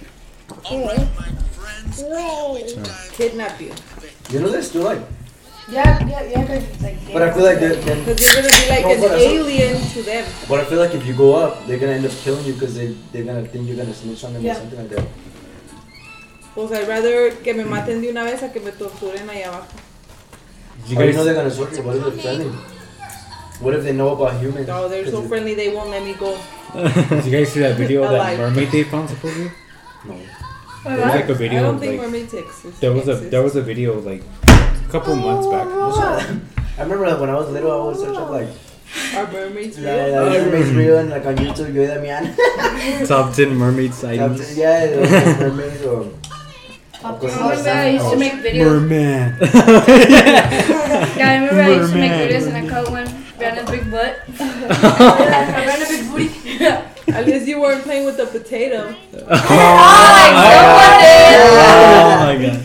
kidnap you. You know there's still like Yeah, yeah, yeah, because it's like. but I feel like they're, they're Because you're gonna be like No, an but I- alien to them. But I feel like if you go up, they're gonna end up killing you because they they're gonna think you're gonna snitch on them or Yeah. something like that. Pues I'd rather que me maten de una vez a que me torturen allá abajo. You guys know they're gonna sort you. What if they're friendly? What if they know about humans? No, Oh, they're so 'Cause friendly they won't let me go. Did you guys see that video of that Alive. mermaid they found supposedly? they- No. There was like a I video. don't of, think Like, mermaid takes. exist- there was a there was exist. a video like a couple months back. I remember like, when I was little, I would search up like Are mermaids la, real? la mermaid's real and like on YouTube, yo y Damián. Top ten mermaid sightings. yeah, like, mermaids or. of course, I not remember I used to Santa make videos. Merman. Yeah, I remember I used to make Merman. videos and I caught one. Brianna's big butt. I ran a big booty. At least you weren't playing with the potato. Oh my god.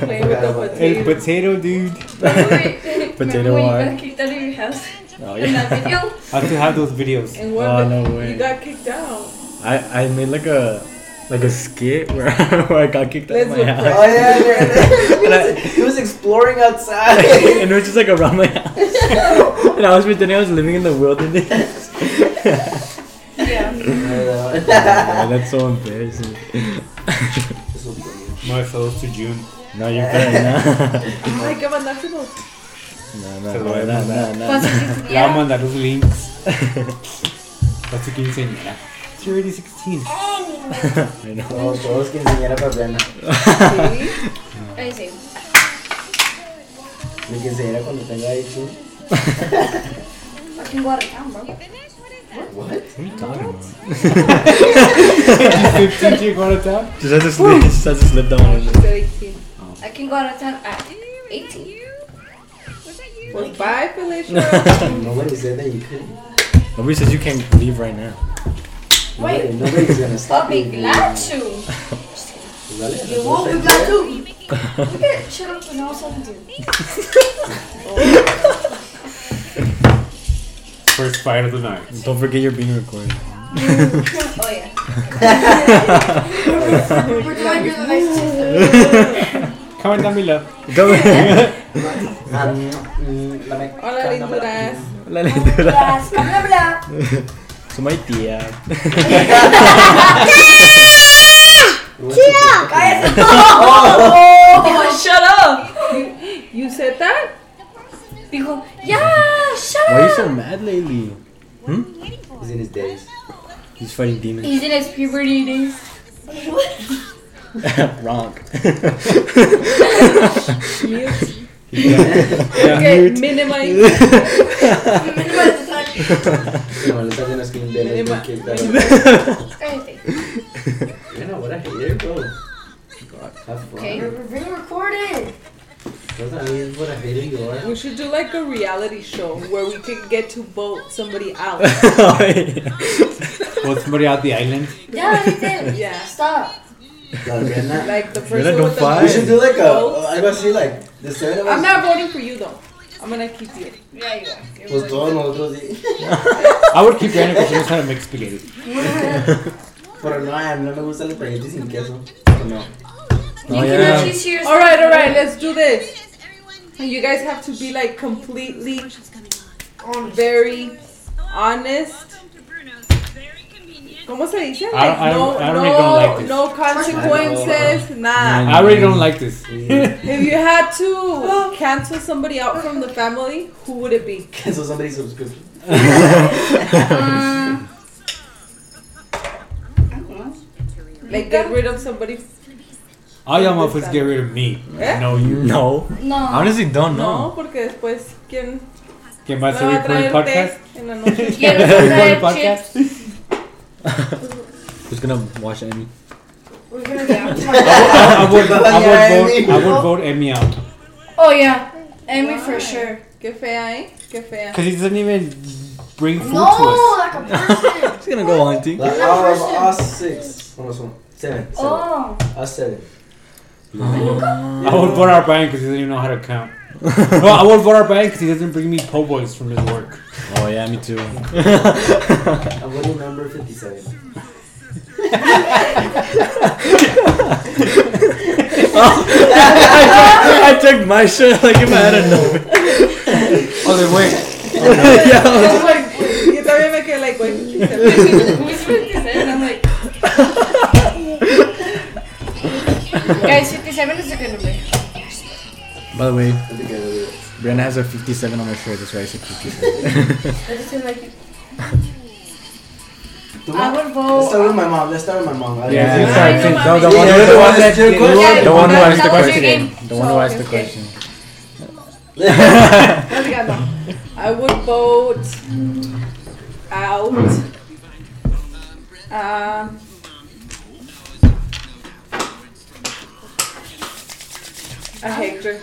Playing with the El potato. potato dude. Potato Potato when water. you got kicked out of your house Oh in that yeah. video. I still have those videos. And what? Oh, no You way. got kicked out. I I made like a like a skit where where I got kicked out of my Let's house. Oh yeah, yeah, And yeah. I- he was exploring outside. and it was just like around my house. and I was pretending I was living in the wilderness. Yeah. Yeah, that's so embarrassing. My fellows to June. No, you're good. No, Ay, qué mandárselo. no, Se no, lo voy a no, no, mandar. no. Once it's- Le voy a yeah. mandar los links. A su quinceañera. She's already 16. I know. No, todos quinceañera para Brianna. Sí. I see. Mi quinceañera cuando tenga 18. Fucking go out of town, bro. What? What are you talking about? 15 she go out of town? Just has to slip, just has to slip down. on it. Very cute. I can go out of town at 18. Pues bye, Felicia. Nobody said that you couldn't. Nobody says you can't leave right now. Nobody, nobody's gonna I'll stop be you. glad to. Dale, You will be glad too. Look at shut up and all something do. First fight of the night. Don't forget you're being recorded. Oh yeah. We're glad you're the nice sister. Comment down below. Go ahead. Um, mm, la Hola, me- calma la- linduras. Let me do that. Yes, blah, blah, blah. So my tia. We went to the- Guys, Oh, shut up! You, you said that? Dijo, yeah, shut Why are you up. so mad lately? He's in his days. He's fighting demons. He's in his puberty days. Wrong. Mute. Yeah, Okay, mute. minimize. You know, le estás viendo skin de Mínima- los kids that Cállate. You know what I hated, bro? Have Oh, fun. Okay. we're being recorded. That's not really what I hated you are. We should do like a reality show where we could get to vote somebody out. Well, somebody out the island. Ya, vete. Yeah. Stop. La Adriana. Like the You're first like, one "Don't with the fight." We should do like a. Vote. I was see like the seven of I'm us not voting for you though. I'm gonna keep you. Yeah, you are. You're was like- todos nosotros y- I would keep Diana because she knows how to make spaghetti. Pero no, a mí no me gustan los espaguetis sin queso. Pero No. Oh, You yeah. can actually see yourself. All right, all right, let's do this. You guys have to be like completely, very honest. ¿Cómo se dice? I don't- Like, I no, don't- I don't really don't like no, this. no consequences, nah. I really don't like this. If you had to cancel somebody out from the family, who would it be? Cancel somebody's subscription. Like, get rid of somebody. All y'all motherfuckers get rid of me. Eh? No, you. No. No. Honestly, don't No, know. porque después, ¿quién ¿Quién me va a va a hacer por el traer podcast? té en la noche? Quiero Record hacer podcast? chips. Who's gonna watch any? We're gonna get Oh, I would, I Yeah, would vote. Emmy. I would vote Emmy out Oh yeah, Amy for Why? sure. Qué fea, ¿eh? Qué fea. because he doesn't even bring food No, Oh, like a person. It's gonna go on to. Like, all of us six. No, no, no. Seven. seven. Oh, Us seven. to us. I would vote our bank because he doesn't even know how to count. no, I would vote our bank because he doesn't bring me po' boys from his work. Oh yeah, me too. I'm voting number 57. I took my shit like if I had a number. Oh, then wait. yeah. Yo, like, yo todavía me quedé, like, güey. who's 57? I'm like. Guys, 57 is a good number. By the way, I think I know it. Brianna has a 57 on her shirt. That's why I said 57. I just feel like The I one- would Let's start vote. with my mom. Let's start with my mom. I Yeah, don't you know. start no, saying- mommy. no, the Yeah, one yeah, who that's asked your question. the- the one who Yeah, asked the that was your question. game. The one who So, asked the okay. question. No digas no. I would vote out. Um, a Hector.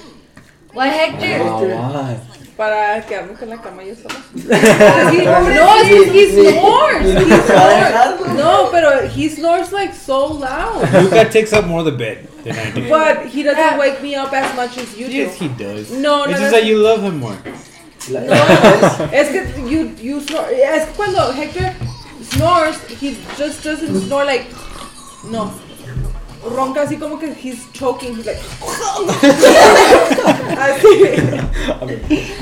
Why Hector? Oh, Para quedarme con la cama yo sola. No, No, es que he snores. Ni- ni- He ni- snores. No, pero he snores like so loud. Luca takes up more of the bed than I do. But he doesn't wake me up as much as you do. Yes, he does. No, no, It's just no. that you love him more. Like- Es que you, you snore. Es que cuando Hector snores, he just doesn't snore like. No. Ronca así como que he's choking. He's like. así.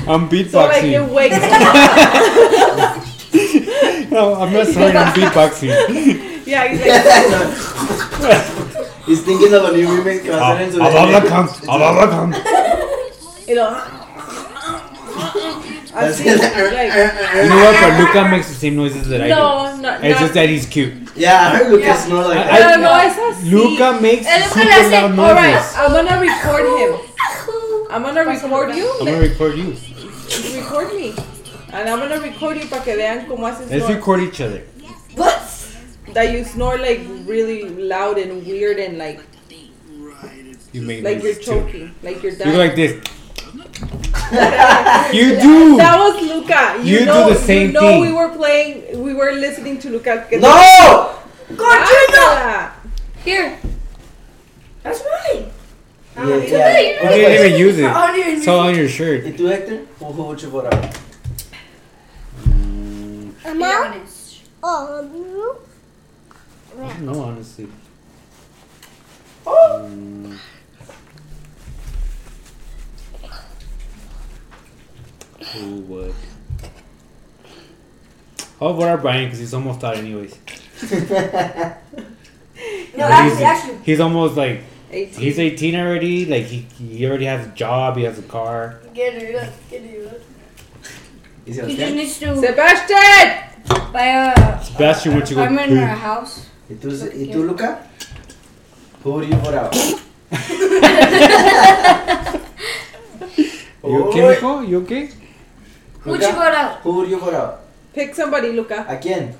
I'm So like beatboxing. it wakes me up. no, I'm not snoring. I'm beatboxing. Yeah, he's like. He's thinking of a new remake que va a salir en su Ababa come. Ababa come. You know. Así. Like, You know what? But Luca makes the same noises that I do. no, no. It's no. just that he's cute. Yeah, I heard Lucas snore like I- that. No, no, es así. Luca makes Él nunca le super hace- loud All right, noises. I'm gonna record him. I'm gonna record you. I'm gonna record you. Record me. And I'm gonna record you para que vean cómo haces Let's snore. record each other. That you snore like really loud and weird and like You make like you're noises too. choking, like you're You dying. go like this. you do. that was Luca. You, You do know, the same you know thing. We were playing. We were listening to Luca. Ah, que- No! Guácala. Here. That's mine. Yeah, Hey, yeah. You didn't even use it. I It's all on your shirt. ¿Y tú, Héctor? ¿Who who would you vote out? Be honest. No, honestly. Who would? How about our Brian? Because he's almost out, anyways. No, Like, actually, he's, actually, he's almost like 18. he's 18 already. Like he, he already has a job. He has a car. get it up, get it up. Is he He okay? just needs to Sebastian! buy a Sebastian wants to go apartment poo. or a house. ¿Y tú, ¿Y tú, Luca? Who would you put out? You okay, Uy. mijo? You okay? Who would you go out? Who would you put out? Pick somebody, Luca. ¿A quién?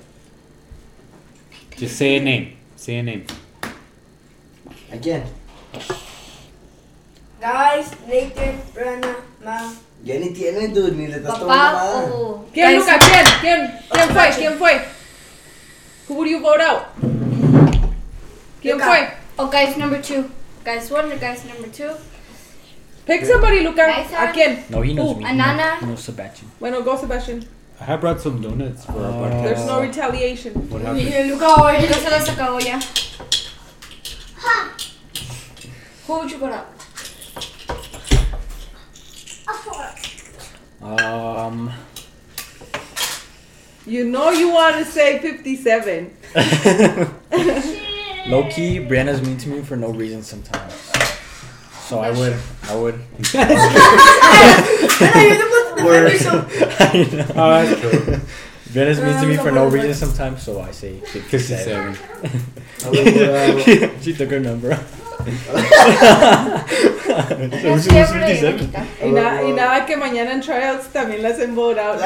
Just say a name. Say a name. ¿A quién? Guys, Nathan, Rana, Ma. Ya ni tiene, dude, ni le estás tomando Papá nada. o ¿Quién, Luca? Tyson. ¿Quién? ¿Quién? ¿Quién fue? ¿Quién fue? Who would you vote out? ¿Quién Luca. fue? Oh, guys number two. Guys one or guys number two. Pick somebody, Luca. Tyson. ¿A quién? No, he knows Ooh, me. Anana. He knows Sebastian. Bueno, go, Sebastian. I have brought some donuts for our Oh. podcast. There's no retaliation. What Y happened? el Luca hoy no se las acabó ya. Who would you go out? Um. You know you want to say 57. Low key, Brianna's mean to me for no reason sometimes. So I would, I would. I know. Oh, that's true. Brianna's mean to me for no reason sometimes, so I say 57. 57. I would put out- she took her number. Oh, so Es she was fiebre 57. diabética. Y, na- Oh. y nada que mañana en tryouts también las hacen vote out.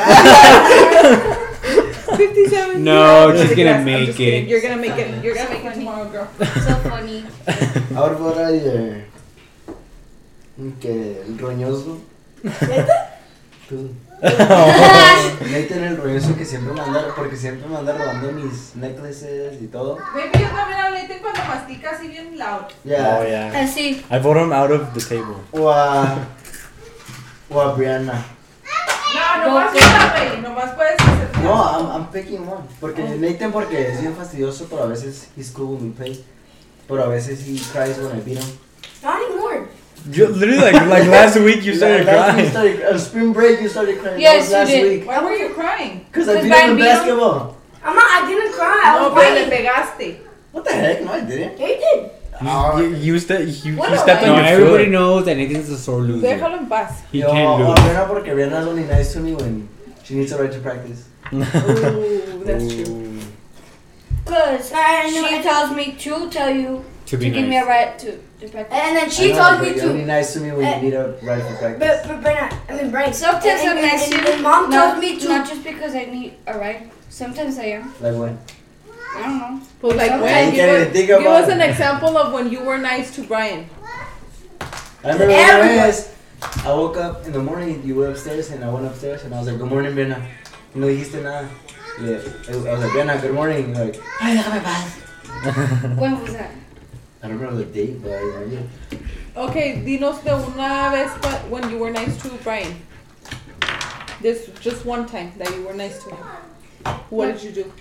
57. No, Yeah. she's gonna I'm just make kidding. it. You're gonna make it. You're gonna make it tomorrow, girl. So funny. I would put out either. mm, Que el roñoso. Tú. Nathan el roñoso que siempre me anda, porque siempre me anda robando mis necklaces y todo. Maybe yo también hablé de cuando mastica así bien loud. Yeah. Oh yeah. E, Así. I voted him out of the table. O a. O a Brianna. No, nomás una, güey. Nomás puedes hacer. No, I'm, I'm picking one. Porque Oh. Nathan, porque es bien fastidioso, pero a veces he's cool when we play. Pero a veces he cries when I beat him. Not anymore. You literally like like last week you started Last week You crying. started, on spring break, you started crying. Yes, That was you last did. week. Why were you crying? Because I Because beat Brian him in beat him? basketball. I'm not, I didn't cry. I No, was pero le fighting. pegaste. What the heck? No, I didn't. Ah, Yeah, you did. You, you, you, sta- you, What you am stepped I? No, on your everybody foot. knows that Nathan's a sore loser. Déjalo en paz. He Yo, can't oh, lose. Rihanna, porque Rihanna's only nice to me when she needs a right to practice. Ooh, that's true. Cause I know she it. tells me to tell you To to be give me a nice. right to, to practice. And then she I know, told but me you're to. only nice to me when Eh, you need a right to practice. But, but, but not, I mean, Brian. and, Sometimes I'm and, nice and, to and eh, mom not, told me to. Not just because I need a ride. Sometimes I am. Like when? I don't know. But like I when? Give can't even us, think give about us an it. example of when you were nice to Brian. I remember Everyone. when I was, I woke up in the morning, you were upstairs, and I went upstairs, and I was like, good morning, Rihanna. No dijiste nada. Yeah, I was like, Rihanna, good morning. And you're like, "Ay, déjame paz." When was that? I don't remember the date, but I remember. Okay, dinos de una vez pa- when you were nice to Brian. This just one time that you were nice to him. What did you do?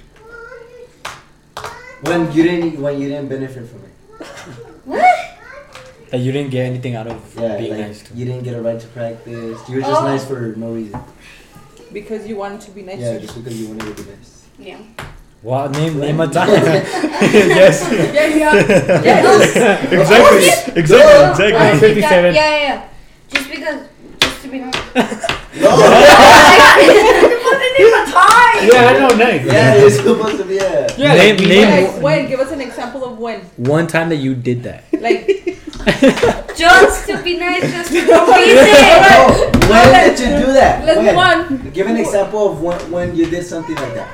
When you didn't, when you didn't benefit from it. That you didn't get anything out of Yeah, being like, nice to you didn't get a right to practice. You were just Oh. nice for no reason. Because you wanted to be nice Yeah, to him. just because you wanted to be nice. Yeah. Well, name name a time. yes. Yeah, yeah. Exactly. Exactly. I think Exactly. That, yeah, yeah, yeah. Just because, just to be nice. Yeah, I know, nice. Yeah, it's supposed to be a. Yeah, Name- like, we name- went- Like, when? Give us an example of when. One time that you did that. Like, Just to be nice. Just to be No, when did you do that? let's When? move on. Give an example of when, when you did something like that.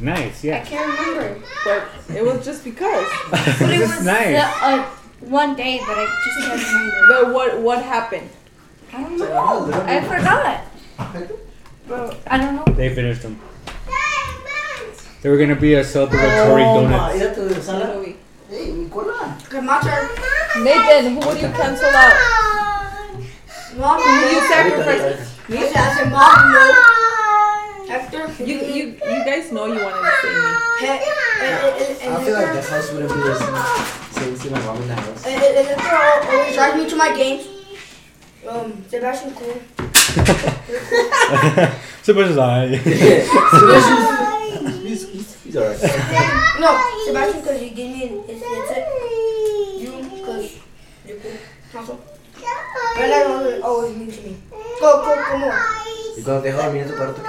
Nice, I yeah. can't remember. But it was just because. But it This is was the, nice. uh, one day, but I just can't remember. But what what happened? I don't Oh know. I forgot. Bro, I don't know. They finished them. They were gonna be a celebratory Oh donuts. Uh, Luis. Hey, Nicola. Good, my turn. Nathan, who would you cancel out? Mom, Who would you sacrifice? Ahorita, Me? I said, Mom, no. After You, you, you guys know you wanted to say me. And, and, and, and I feel like the Victor, house wouldn't be the same. Same to my mom in the house. and, and, and Victor al- always drives me to my games. Um, Sebastian cool. so much as I. Sebastian's- he's- he's- He's alright. No, Sebastian, because you gave me his headset. You, because you're cool. Also, But that was always mean to me. Go, go, come on. ¿Y cuando te dejo dormir en tu cuarto qué?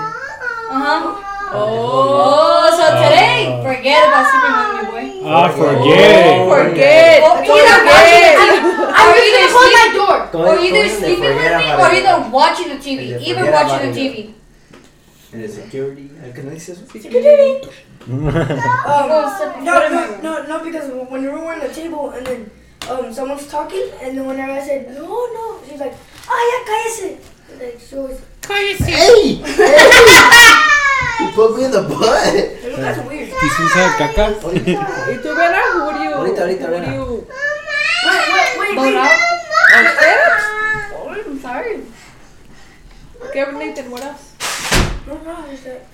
Uh-huh. Oh, so today, forget about sleeping with me, boy. Ah, forget. Forget. Oh, either Forget. Oh, watching, I'm either Close sleeping, my door. Todo- or todo se either le sleeping with forget me, about or it. either watching the TV. Se Either forget watching about the it. TV. En el security. ¿Al que no dice eso? Um, Oh, no, no, no, no, because when we were on the table and then um, someone's talking, and then whenever I said, no, no, she's like, ah, yeah, cállese. Like, she always, ¡Ey! You put me in the butt. "No, that's weird. ¿Te hiciste caca? Ahorita, ¿Y tú, Vera? Who do you... Ahorita, ahorita, who do ahorita. you... Wait, wait, wait, Bora? ¿Qué? Oh, I'm sorry. ¿Qué, Nathan? What else? No, no, it's like,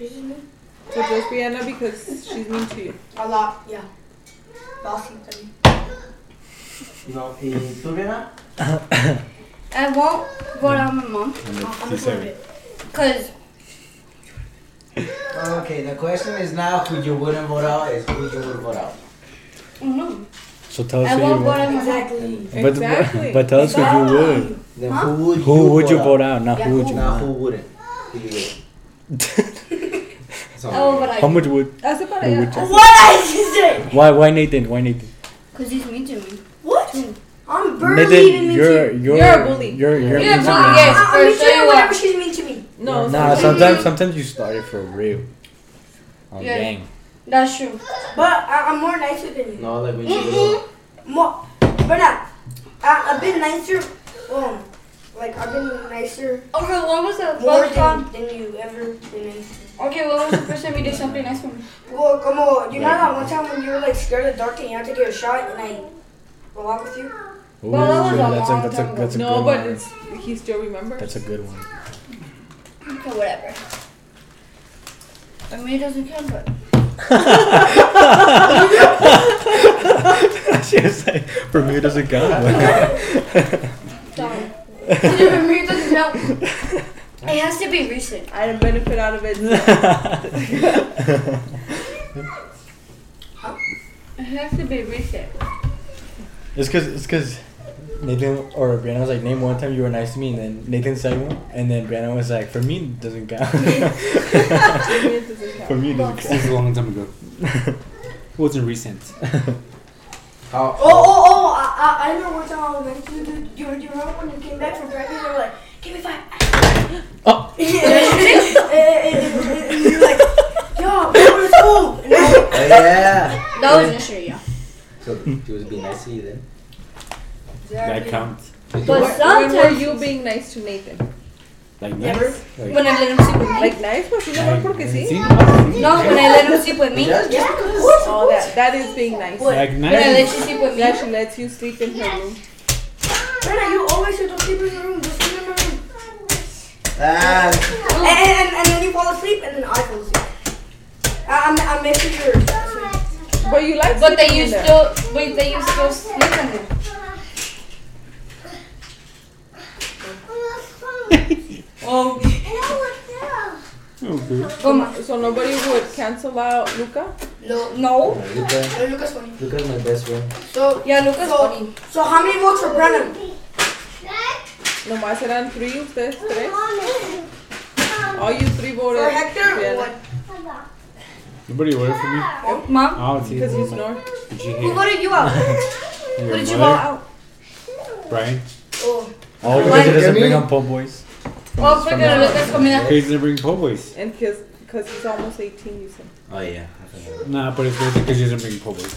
it's just me. So just be Anna because she's mean to you. A lot, yeah. Bossy, I mean. No, ¿y tú, Rihanna? I won't go down my mom, I'm a little bit. cause Okay, the question is now who you wouldn't vote out is who you would vote out. no, So tell us I who won't you go would. down my mom. Mm-hmm. Exactly. But, Exactly. but tell us who you would. Then who would Who you would you vote vote out? Not Yeah, who would out? you Now who vote wouldn't? Who you would? That's all Oh, I but got. out? How I, much would? Hace para Who allá. would What I just said? Why? Why Nathan? Why Nathan? cause he's mean to me. What? Mm. I'm barely even Nathan, mean you're to you. you're You're a bully. You're you're. You're a mean to bully, me. yes. I- I'm mean to Sure you you are. whenever she's mean to me. No, Nah, sometimes- sometimes sometimes you started for real. Oh Yeah. dang. That's true. But I, I'm more nicer than you. No, like when you go. More, but I, I, I've been nicer. Um, like I've been nicer Okay, what was the more what than, than you ever been. in. Okay, what was the first time you did something nice for me? Well, come on. You know that one time when you were like scared of the dark and you had to get a shot and I walk with you. Ooh, Well, that was a that's long a that's a time that's a No, good but one. it's, he still remembers. That's a good one. Okay, whatever. I mean, it doesn't count, but she was like, for me it doesn't count. sorry. it really doesn't count. It has to be recent. I didn't benefit out of it. It has to be recent. it's cause it's cause Nathan or Brianna was like, name one time you were nice to me, and then Nathan said one, and then Brianna was like, for me it doesn't count. for me it doesn't This is a long time ago. It wasn't recent. How? Oh, oh, oh! I, I, I know one time I was nice to you. dude. You, you remember when you came back from practice? You were like, "Give me five. Oh. and, and- and- and you were like, "Yo, go to school." And I was like, Oh, yeah. That was yesterday, yeah. So he was being nice to you then. That counts. But When were sometimes you being nice to Nathan? Like Never. nice. Like, when I let him sleep with me. Like nice, pues sí, nomás porque sí. sí. No, when I let him sleep with me. Just, just Oh, that, that is being nice. Like When I let nice. you sleep with me. That she lets you sleep in her room. Brenna, you always say, "Don't sleep in your room. Don't sleep in your room." ah, And, and, and, and then you fall asleep, and then I fall asleep. I, I'm, I'm making sure. But you like But that sleeping you in there. still, but that you still sleep on them. Oh, Oh, So, no- so nobody would cancel out Luca? No, no. Luca, no, Lucas funny. Luca's my best friend. So, Yeah, Lucas So- funny. so how many votes for Brenna? Nomás eran three, ustedes tres. All you three voted. For Hector? Brianna. or What? Nobody ordered for me. Mom, Oh, see, Because you you snore. Did you who hear? voted you out? Who Your did you vote mother, out? Brian. Oh, Oh, because it Like- doesn't bring up po' boys. Oh, porque Lucas comida. He's gonna bring po' boys. And because he's almost 18, you said. Oh yeah. I forgot. Nah, but it's basically because he doesn't bring po' boys.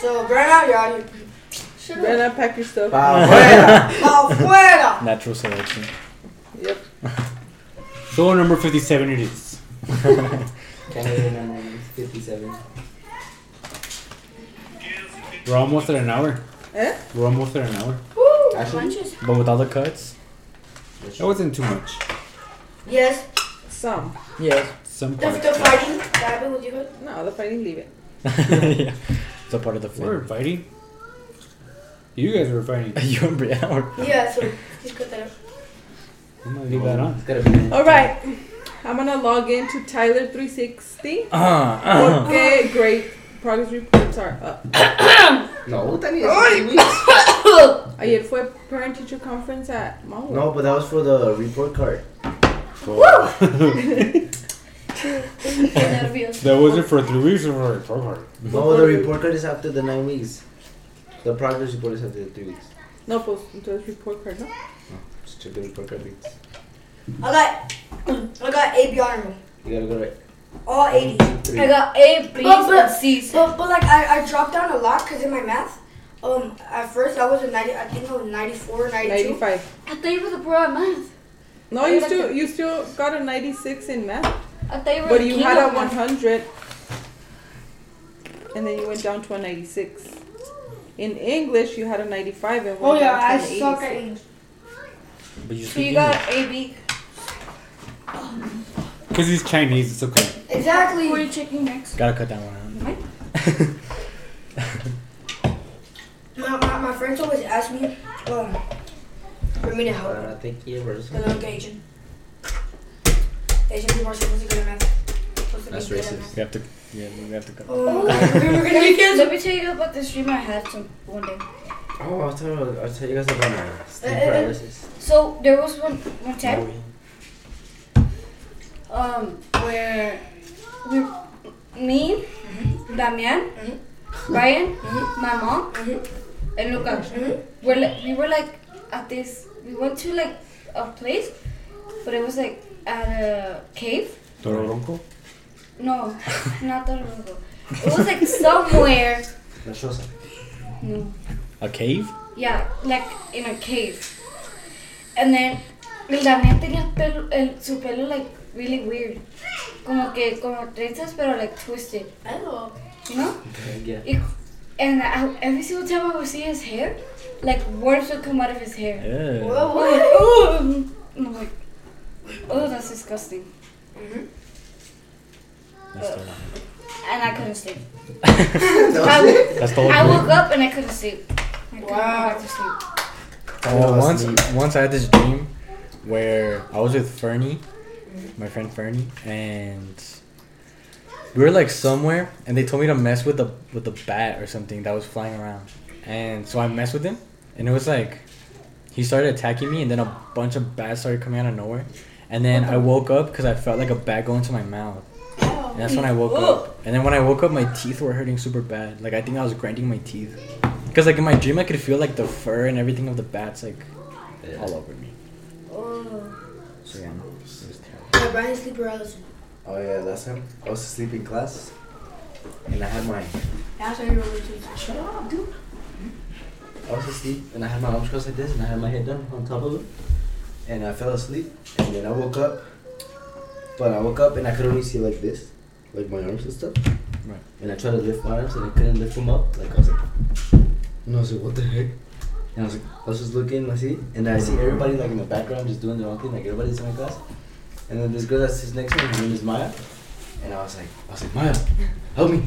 so Brenna, you're out here. Brenna, pack your stuff. Pa' afuera. Pa' Oh, fuera. Natural selection. Yep. So number 57 it is. Canadian Airlines, 57. We're almost at an hour. Eh? We're almost at an hour. Actually, But with all the cuts? That wasn't too much. Yes. Some. Yes. Some The, parts. the fighting that happened with you. No, the fighting, leave it. yeah. It's a part of the We were flavor. fighting. You guys were fighting. you and Brianna were- Yeah, so just cut that out. Oh. I'm gonna leave that on. It's gotta be. All right. I'm gonna log in to Tyler360 Uh, uh. porque great progress reports are up. No, Tania. it's three weeks. Ayer fue parent teacher conference at Maui. No, but that was for the report card. Nervios. That wasn't for three weeks or for a program. No, the report card is after the nine weeks. The progress report is after the three weeks. No, pues entonces report card, ¿no? Just check the report card dates. I got, I got A beyond me. You gotta go right. All 80. I got A, B's, But- but- and C's. But, but like, I, I dropped down a lot because in my math, um, at first I was a 90, I think I was 94, 92. 95. I thought you were the pro at math. No, you still you still got a 96 in math, I thought you were but the you king had of a math. 100, and then you went down to a 96. In English, you had a 95 and went Oh yeah, I down to an suck at 86. English. But you So speak you English. got A, B. Because he's Chinese, it's okay. Who are Exactly. you checking next? Gotta cut that one Mine? out. My, my, my friends always ask me, um, for me to help. Uh, thank you, we're just Because I'm Asian. Asian people are supposed to go to math. Supposed to be That's good at racist. math. we have to, yeah, we have to cut. Oh, we were gonna Let make me, it. let me tell you about the stream I had some one day. Oh, I'll tell, you- I'll tell you guys about my sleep Eh, eh, eh. paralysis. So there was one one time um where we me, Damian, Brian, my mom, and Luca. We're like, we were like at this. We went to like a place, but it was like at a cave. Tororonco? No, not the logo. It was like somewhere. La Chosa. No. A cave? Yeah, like in a cave. And then el Damián tenía pelo, el, su pelo like really weird. Como que como trenzas pero like twisted, Hello. you know? Yeah. Y- and I, every single time I would see his hair, like worms would come out of his hair. Yeah. I'm Whoa, like, what? oh, and I'm like, oh, that's disgusting. That's the, And I couldn't sleep. That was it? that's the I whole woke thing. up and I couldn't sleep. I couldn't go back to sleep. Well, was Oh, Uh, once, sleep. once I had this dream where I was with Fernie, my friend Fernie, and we were like somewhere, and they told me to mess with the with the bat or something that was flying around, and so I messed with him, and it was like he started attacking me, and then a bunch of bats started coming out of nowhere, and then I woke up because I felt like a bat go into my mouth. And that's when I woke up. And then when I woke up, my teeth were hurting super bad. Like I think I was grinding my teeth, because like in my dream I could feel like the fur and everything of the bats like all over me. Oh, So yeah, it was terrible. yeah, Brian sleep paralysis. Oh yeah, last time I was asleep in class, and I had my That's why you were really twisted. Shut up, dude. I was asleep and I had my arms crossed like this and I had my head down on top of it, and I fell asleep and then I woke up, but I woke up and I could only see like this, like my arms and stuff. Right. And I tried to lift my arms and I couldn't lift them up. Like I was like, and I was like, what the heck? And I was like, I was just looking, I see, and I see everybody like in the background just doing their own thing, like everybody's in my class. And then this girl that sits next to me, her name is Maya, and I was like, I was like, Maya, help me,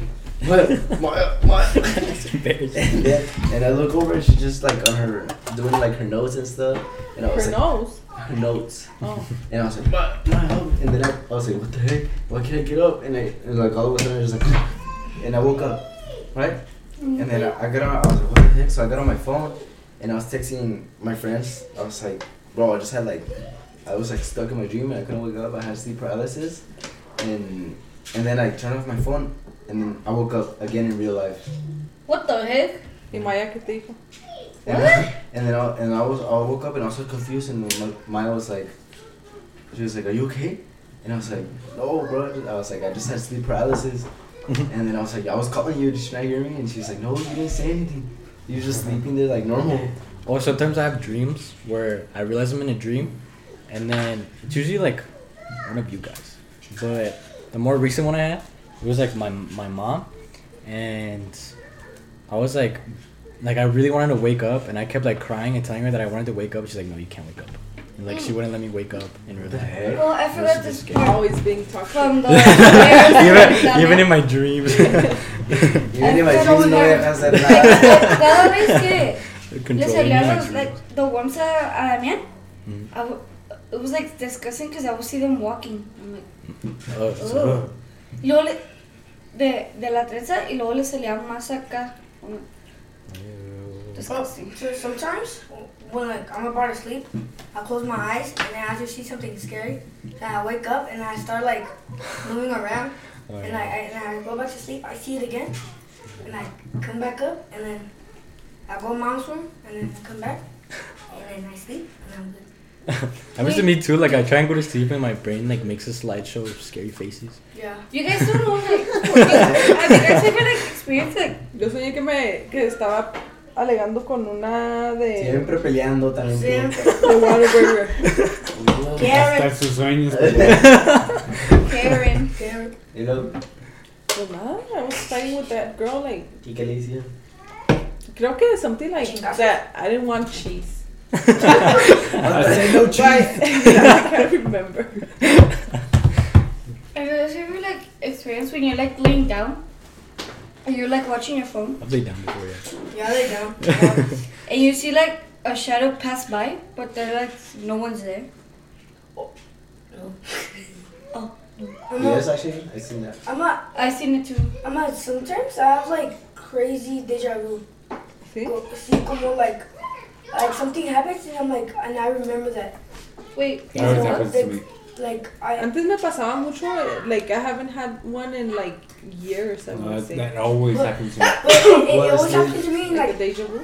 Maya, Maya, Maya. It's embarrassing. And then, and I look over and she's just like on her doing like her notes and stuff. And I was Her like, nose. her notes. Oh. And I was like, my, my help. And then I, I was like, what the heck? Why can't I get up? And I and like all of a sudden I was just like, and I woke up, right? And then I, I got on. I was like, what the heck? So I got on my phone and I was texting my friends. I was like, bro, I just had like, I was like stuck in my dream and I couldn't wake up. I had sleep paralysis, and and then I turned off my phone and then I woke up again in real life. What the heck? Y Maya, ¿qué te dijo? And, I, and then I, and I was I woke up and I was so confused and then my- Maya was like, she was like, "Are you okay?" And I was like, "No, bro." I was like, "I just had sleep paralysis." and then I was like, "I was calling you. Did you not hear me?" And she was like, "No, you didn't say anything. You were just sleeping there like normal." Or Oh, sometimes I have dreams where I realize I'm in a dream, and then it's usually like one of you guys. But the more recent one I had, it was like my my mom, and I was like, like I really wanted to wake up, and I kept like crying and telling her that I wanted to wake up. She's like, no, you can't wake up. And, like she wouldn't let me wake up in real life. Well, I forgot This this is part Always being talked to. Um, from the. even, even, even in my dreams. Even if I Pero didn't know no. that, I was like, "Nah." Cada vez que le Controlling salían my los, dreams. Mm-hmm. like, the worms a, a Damián, I w- it was like disgusting because I would see them walking. I'm like, Oh, oh. Y luego le, de, de la trenza y luego le salía más acá. I'm like, Well, Disgusting. so sometimes when like I'm about to sleep, I close my eyes and then I just see something scary. And I wake up and I start like moving around and I, I and I go back to sleep. I see it again and I come back up and then I go in mom's room and then I come back and then I sleep and I'm good. happens to me too. Like I try and go to sleep and my brain like makes a slideshow of scary faces. Yeah. You guys don't know like. I think I ever like experienced like. Yo soñé que me que estaba alegando con una de, Siempre peleando también. Siempre. de Waterburger. Hasta Karen. sus sueños. pero- Karen. Karen. Y luego, Pues nada, I was fighting with that girl like ¿y qué le hicieron? creo que something like that. I didn't want cheese. no Right. I can't remember. Have you guys ever like experienced when you're like laying down and you're like watching your phone I've laid down before, yeah. Yeah, they don't. and you see like a shadow pass by but there like no one's there? I'm Yes, a, actually, I seen that. I'm a, I seen it too. I'm a, sometimes I have like crazy deja vu. See? Go- see como like like something happens and I'm like and I remember that Wait. That always happens to me. like I Antes me pasaba mucho, like I haven't had one in like years, I Uh, would say. that always happens to me. but it, it, Well, always it's like- happens to me Like a like deja vu?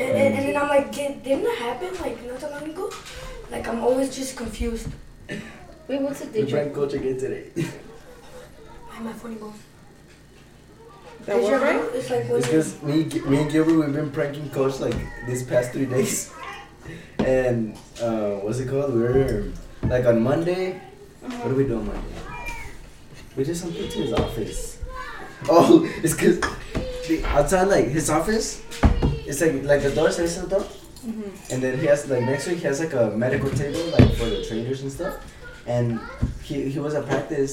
and, and, and then I'm like did, didn't it happen like not that long ago like I'm always just confused Wait, what's a Your deja? prank culture again today. why am I funny bone That was right? it's like when It's because me, and Gi- me and Gilbert, we've been pranking Coach like these past three days. And uh, what's it called? We were like on Monday. What do we do on Monday? We did something to his office. Oh, it's because outside like his office, it's like like the door says the door. And then he has like next week he has like a medical table like for the trainers and stuff. And he he was at practice,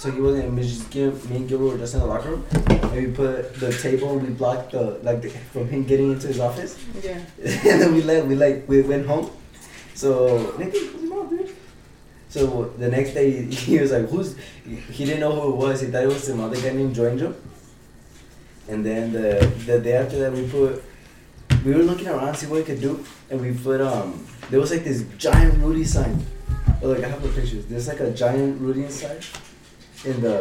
so he wasn't. We just give me and Gilbert were just in the locker room. And we put the table. We blocked the like the, from him getting into his office. Yeah. and then we left. We like we went home. So nigga, come on, dude. So the next day he, he was like, "Who's?" He didn't know who it was. He thought it was some other guy named Joinjo. And then the the day after that, we put we were looking around see what we could do, and we put um there was like this giant Rudy sign. Oh, like I have the pictures. There's like a giant Rudy sign in the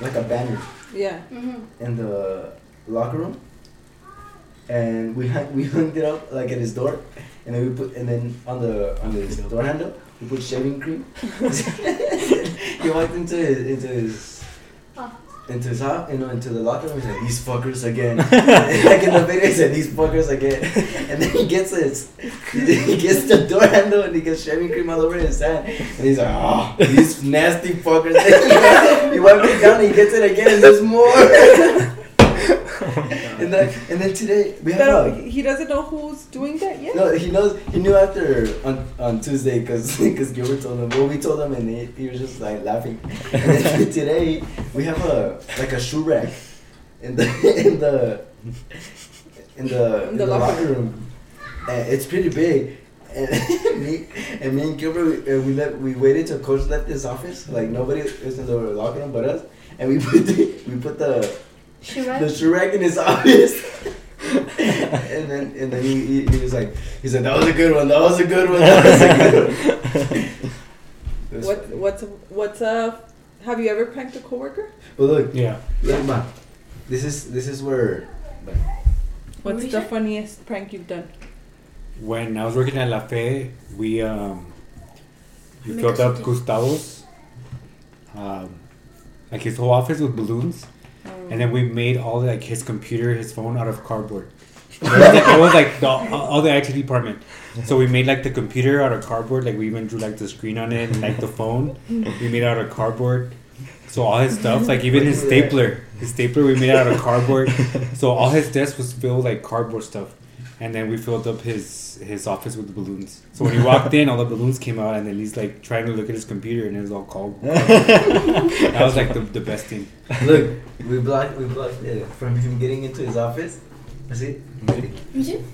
like a banner Yeah. Mm-hmm. in the locker room, and we hung, we hung it up like at his door, and then we put and then on the on the door handle we put shaving cream. he walked into his into his. Into his house, you know, into eh, the locker room, he's like, these fuckers again. like in the video, he said, these fuckers again. And then he gets his, he gets the door handle and he gets shaving cream all over his hand. And he's like, oh, these nasty fuckers. he wiped it down and he gets it again and there's more. And then, and then today we have Pero a, he doesn't know who's doing that yet. no. He knows. He knew after on, on Tuesday because because Gilbert told him. Well, we told him, and he, he was just like laughing. And then today we have a like a shoe rack in the in the in the, in the locker room. And it's pretty big. And me and me and Gilbert we, uh, we left, we waited till coach left his office. Like nobody was in the locker room but us. And we put the, we put the She the was. Shrek in his office. and then and then he, he, he was like he said that was a good one that was a good one that was a good one. It was What, funny. what's what's uh have you ever pranked a coworker? But look, Yeah. look, ma. This is this is where What's the funniest prank you've done? When I was working at La Fe, we um, we filled up Gustavo's, um, like his whole office with balloons, and then we made all like his computer, his phone out of cardboard. It was like, it was, like the, all the IT department. So we made like the computer out of cardboard. Like we even drew like the screen on it, and like the phone, we made out of cardboard. So all his stuff, like even his stapler, his stapler, we made out of cardboard. So all his desk was filled like cardboard stuff, and then we filled up his his office with balloons. So when he walked in, all the balloons came out, and then he's like trying to look at his computer, and it was all called. that was like the, the best thing. look we blocked we blocked uh, from him getting into his office. Mm-hmm. Was it? Ready? Me too.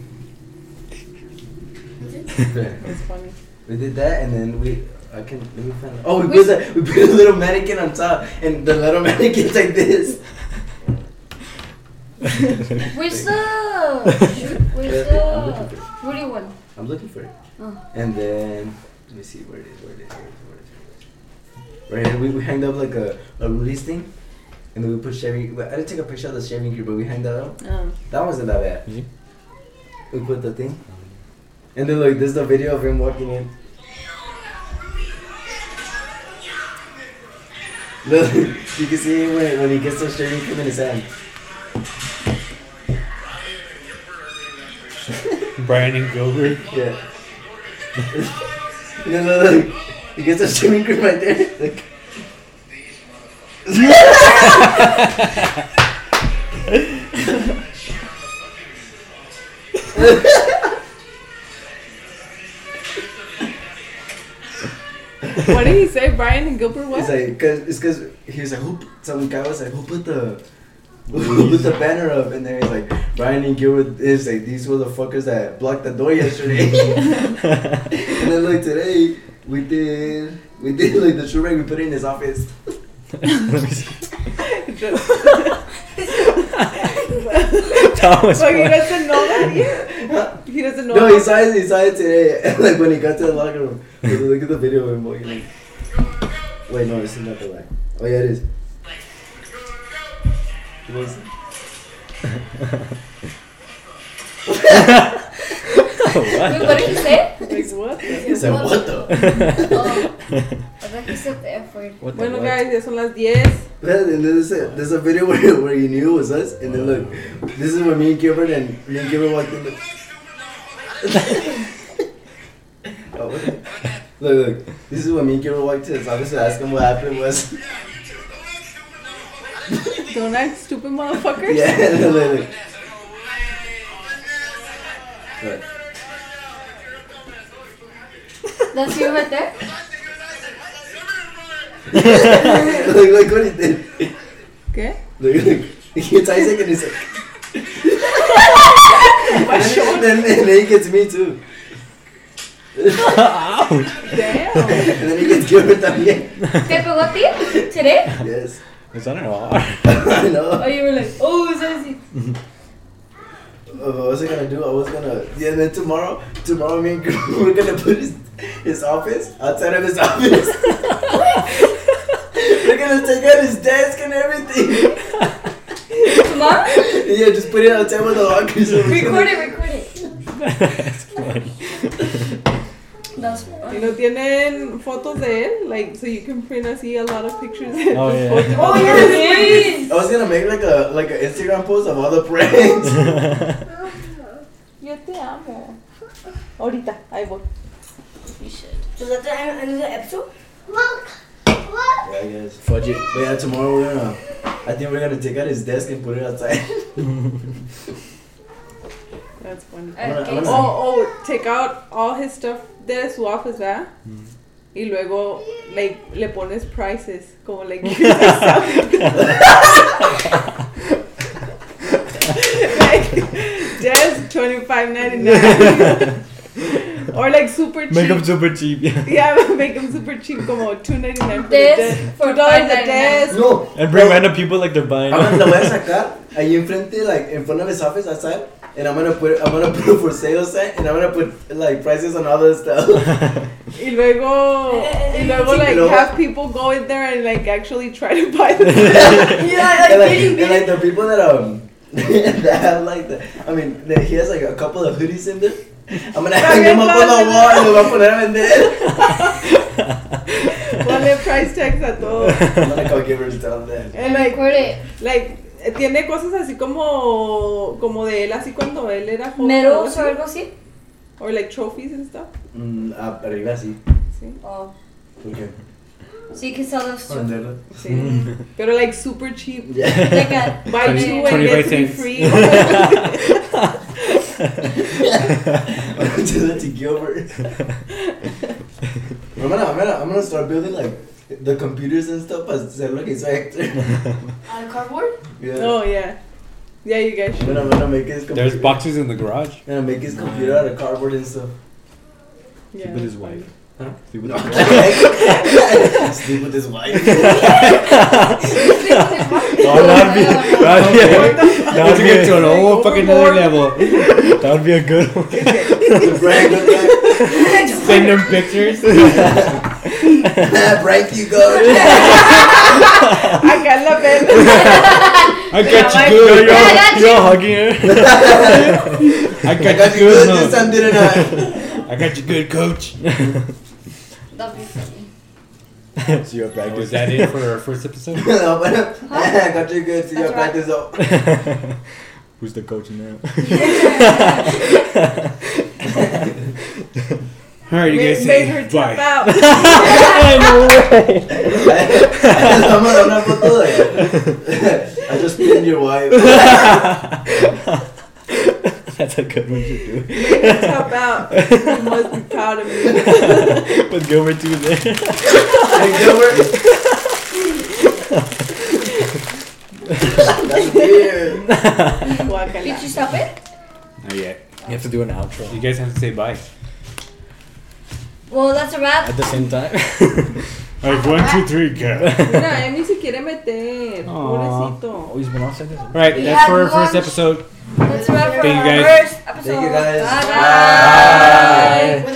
Mm-hmm. It's funny. We did that, and then we. I can let me find. Out. Oh, we, put a, we put a little mannequin on top, and the little mannequin's like this. Where's the? Where's I'm looking for the? it. What do you want? I'm looking for it. Oh. And then let me see where it is. Where it is. Where it is. Where it is. Right here, we, we hanged up like a, a release thing, and then we put shaving. Well, I didn't take a picture of the shaving gear, but we hanged that up. That wasn't that bad. Yeah. We put the thing, and then like there's the video of him walking in. Look, you can see him when, when he gets the shaving cream in his hand. Brian and Gilbert. Yeah. no, no, look. He gets the shaving cream right there. Look. What did he say? Brian and Gilbert what? It's like, cause it's cause he was like, who? p- Some guy was like, who put the, who put the banner up? And then he's like, Brian and Gilbert is like, these were the fuckers that blocked the door yesterday. and then like today, we did, we did like the shoe rack. We put it in his office. Thomas. so he doesn't know that yet? He doesn't know No, that. he saw it. He saw it today. like when he got to the locker room, he was like, look at the video of him walking. in." Wait, no, this is not the line. Oh yeah, it is. It was- Wait, what did he say? Like, what? the- He said, what the? Oh, I thought he said the F word. What the Bueno, what? guys, ya son las 10. Well, and there's a, there's a video where, where you knew it was us, and then look, this is where me and Gilbert and me and Gilbert walked in. The, oh, what the- look, look, this is when me and Gilbert walked in. So I was to ask him what happened was. Don't act stupid, motherfuckers. yeah, look, look, look. Look, That's you right there. look, look what he did. Okay? Look, look. He gets Isaac and he's like. and, then, and then he gets me too. Damn. And then he gets Gilbert también. ¿Te pegó a ti? ¿Today? Yes. Is that an R? I know. Oh, you were like, oh, is that así? Uh, what was I gonna do? I was gonna yeah. Then tomorrow, tomorrow me and Gru- we're gonna put his his office outside of his office. we're gonna take out his desk and everything. Tomorrow? yeah, just put it outside with the lockers. Record it, record it. That's funny. That's ¿Y fun. no tienen fotos de él? Like, so you can print así a lot of pictures. de Oh, sus yeah. fotos. Oh, yes, please. I was gonna make like a like an Instagram post of all the pranks. Yo te amo. Ahorita, ahí voy. You should. So that's the end of the episode. yeah, I guess. Fudge it. But yeah, tomorrow we're gonna. I think we're gonna take out his desk and put it outside. That's funny. Okay. Oh, oh, take out all his stuff de su office, ¿verdad? Mm. Y luego, like, le pones prices. Como, like, like just twenty five ninety nine, or like super cheap. Make up super cheap. Yeah. yeah, make them super cheap. Como two ninety nine for the This desk. for Two dollars a $5.99. desk. no. And bring random people like they're buying. I'm gonna lo voy a sacar ahí enfrente, like in front of his office outside, and I'm gonna put I'm gonna put a for sale sign, and I'm gonna put like prices on all this stuff. Y luego, y luego, like, luego- have people go in there and like actually try to buy the and, like, and like the people that um that have like the I mean that he has like a couple of hoodies in there. I'm gonna hang them up on the wall and lo voy a poner a vender. ponle price tags a todo. I'm gonna call Givers down there. And like, Record it. like eh, tiene cosas así como como de él así cuando él era joven. o Medals así. o algo así. Or like trophies and stuff. Mm, ah, arriba así. Sí. Oh. Okay. So you can sell those Para too. venderlo. sí. Pero like super cheap. Yeah. Like a Buy Mm. Twenty- two and 25 get three cents. free. Like, I'm gonna do that to Gilbert. I'm gonna, I'm gonna, I'm gonna start building like the computers and stuff as ser lo que hizo Hector. On cardboard? Yeah. oh yeah. Yeah, you guys I'm should. gonna, I'm gonna make his computer. There's boxes in the garage. I'm gonna make his computer out of cardboard and stuff. Yeah. Sleep with his wife. Huh? Sleep with his Sleep with his wife. Oh, that'd be, that'd be, that'd be a, to an whole fucking other level. that would be a good one. Brag, look Send them pictures. at that. Brag, you go. I can love it. I got Yeah, you good. yo. I got You're, all- you're all hugging her. I I got got you you good good. this huh? time, didn't I? I got you good, coach. That'd be funny. so you're practicing. Was that it for our first episode? No, but- I got you good. See your That's right. practice up. Who's the coach now? All right, you Make, guys make her say tap bye. out. I'm not- I'm not gonna do it. I just pinned your wife. That's a good one to do. Make her tap out. You must be proud of me. But Gilbert too there. Hey, Gilbert. That's weird. Did you Guacala. stop it? Not yet. You have to do an outro You guys have to say bye. Well, that's a wrap. at the same time. Like one, two, three, go. Mira, él eh, ni se quiere meter. Pobrecito. he's been outside this. All right, We that's had for our first lunch. episode. That's a wrap for Thank you our guys. first episode. Thank you guys. Bye-bye. Bye. Bye.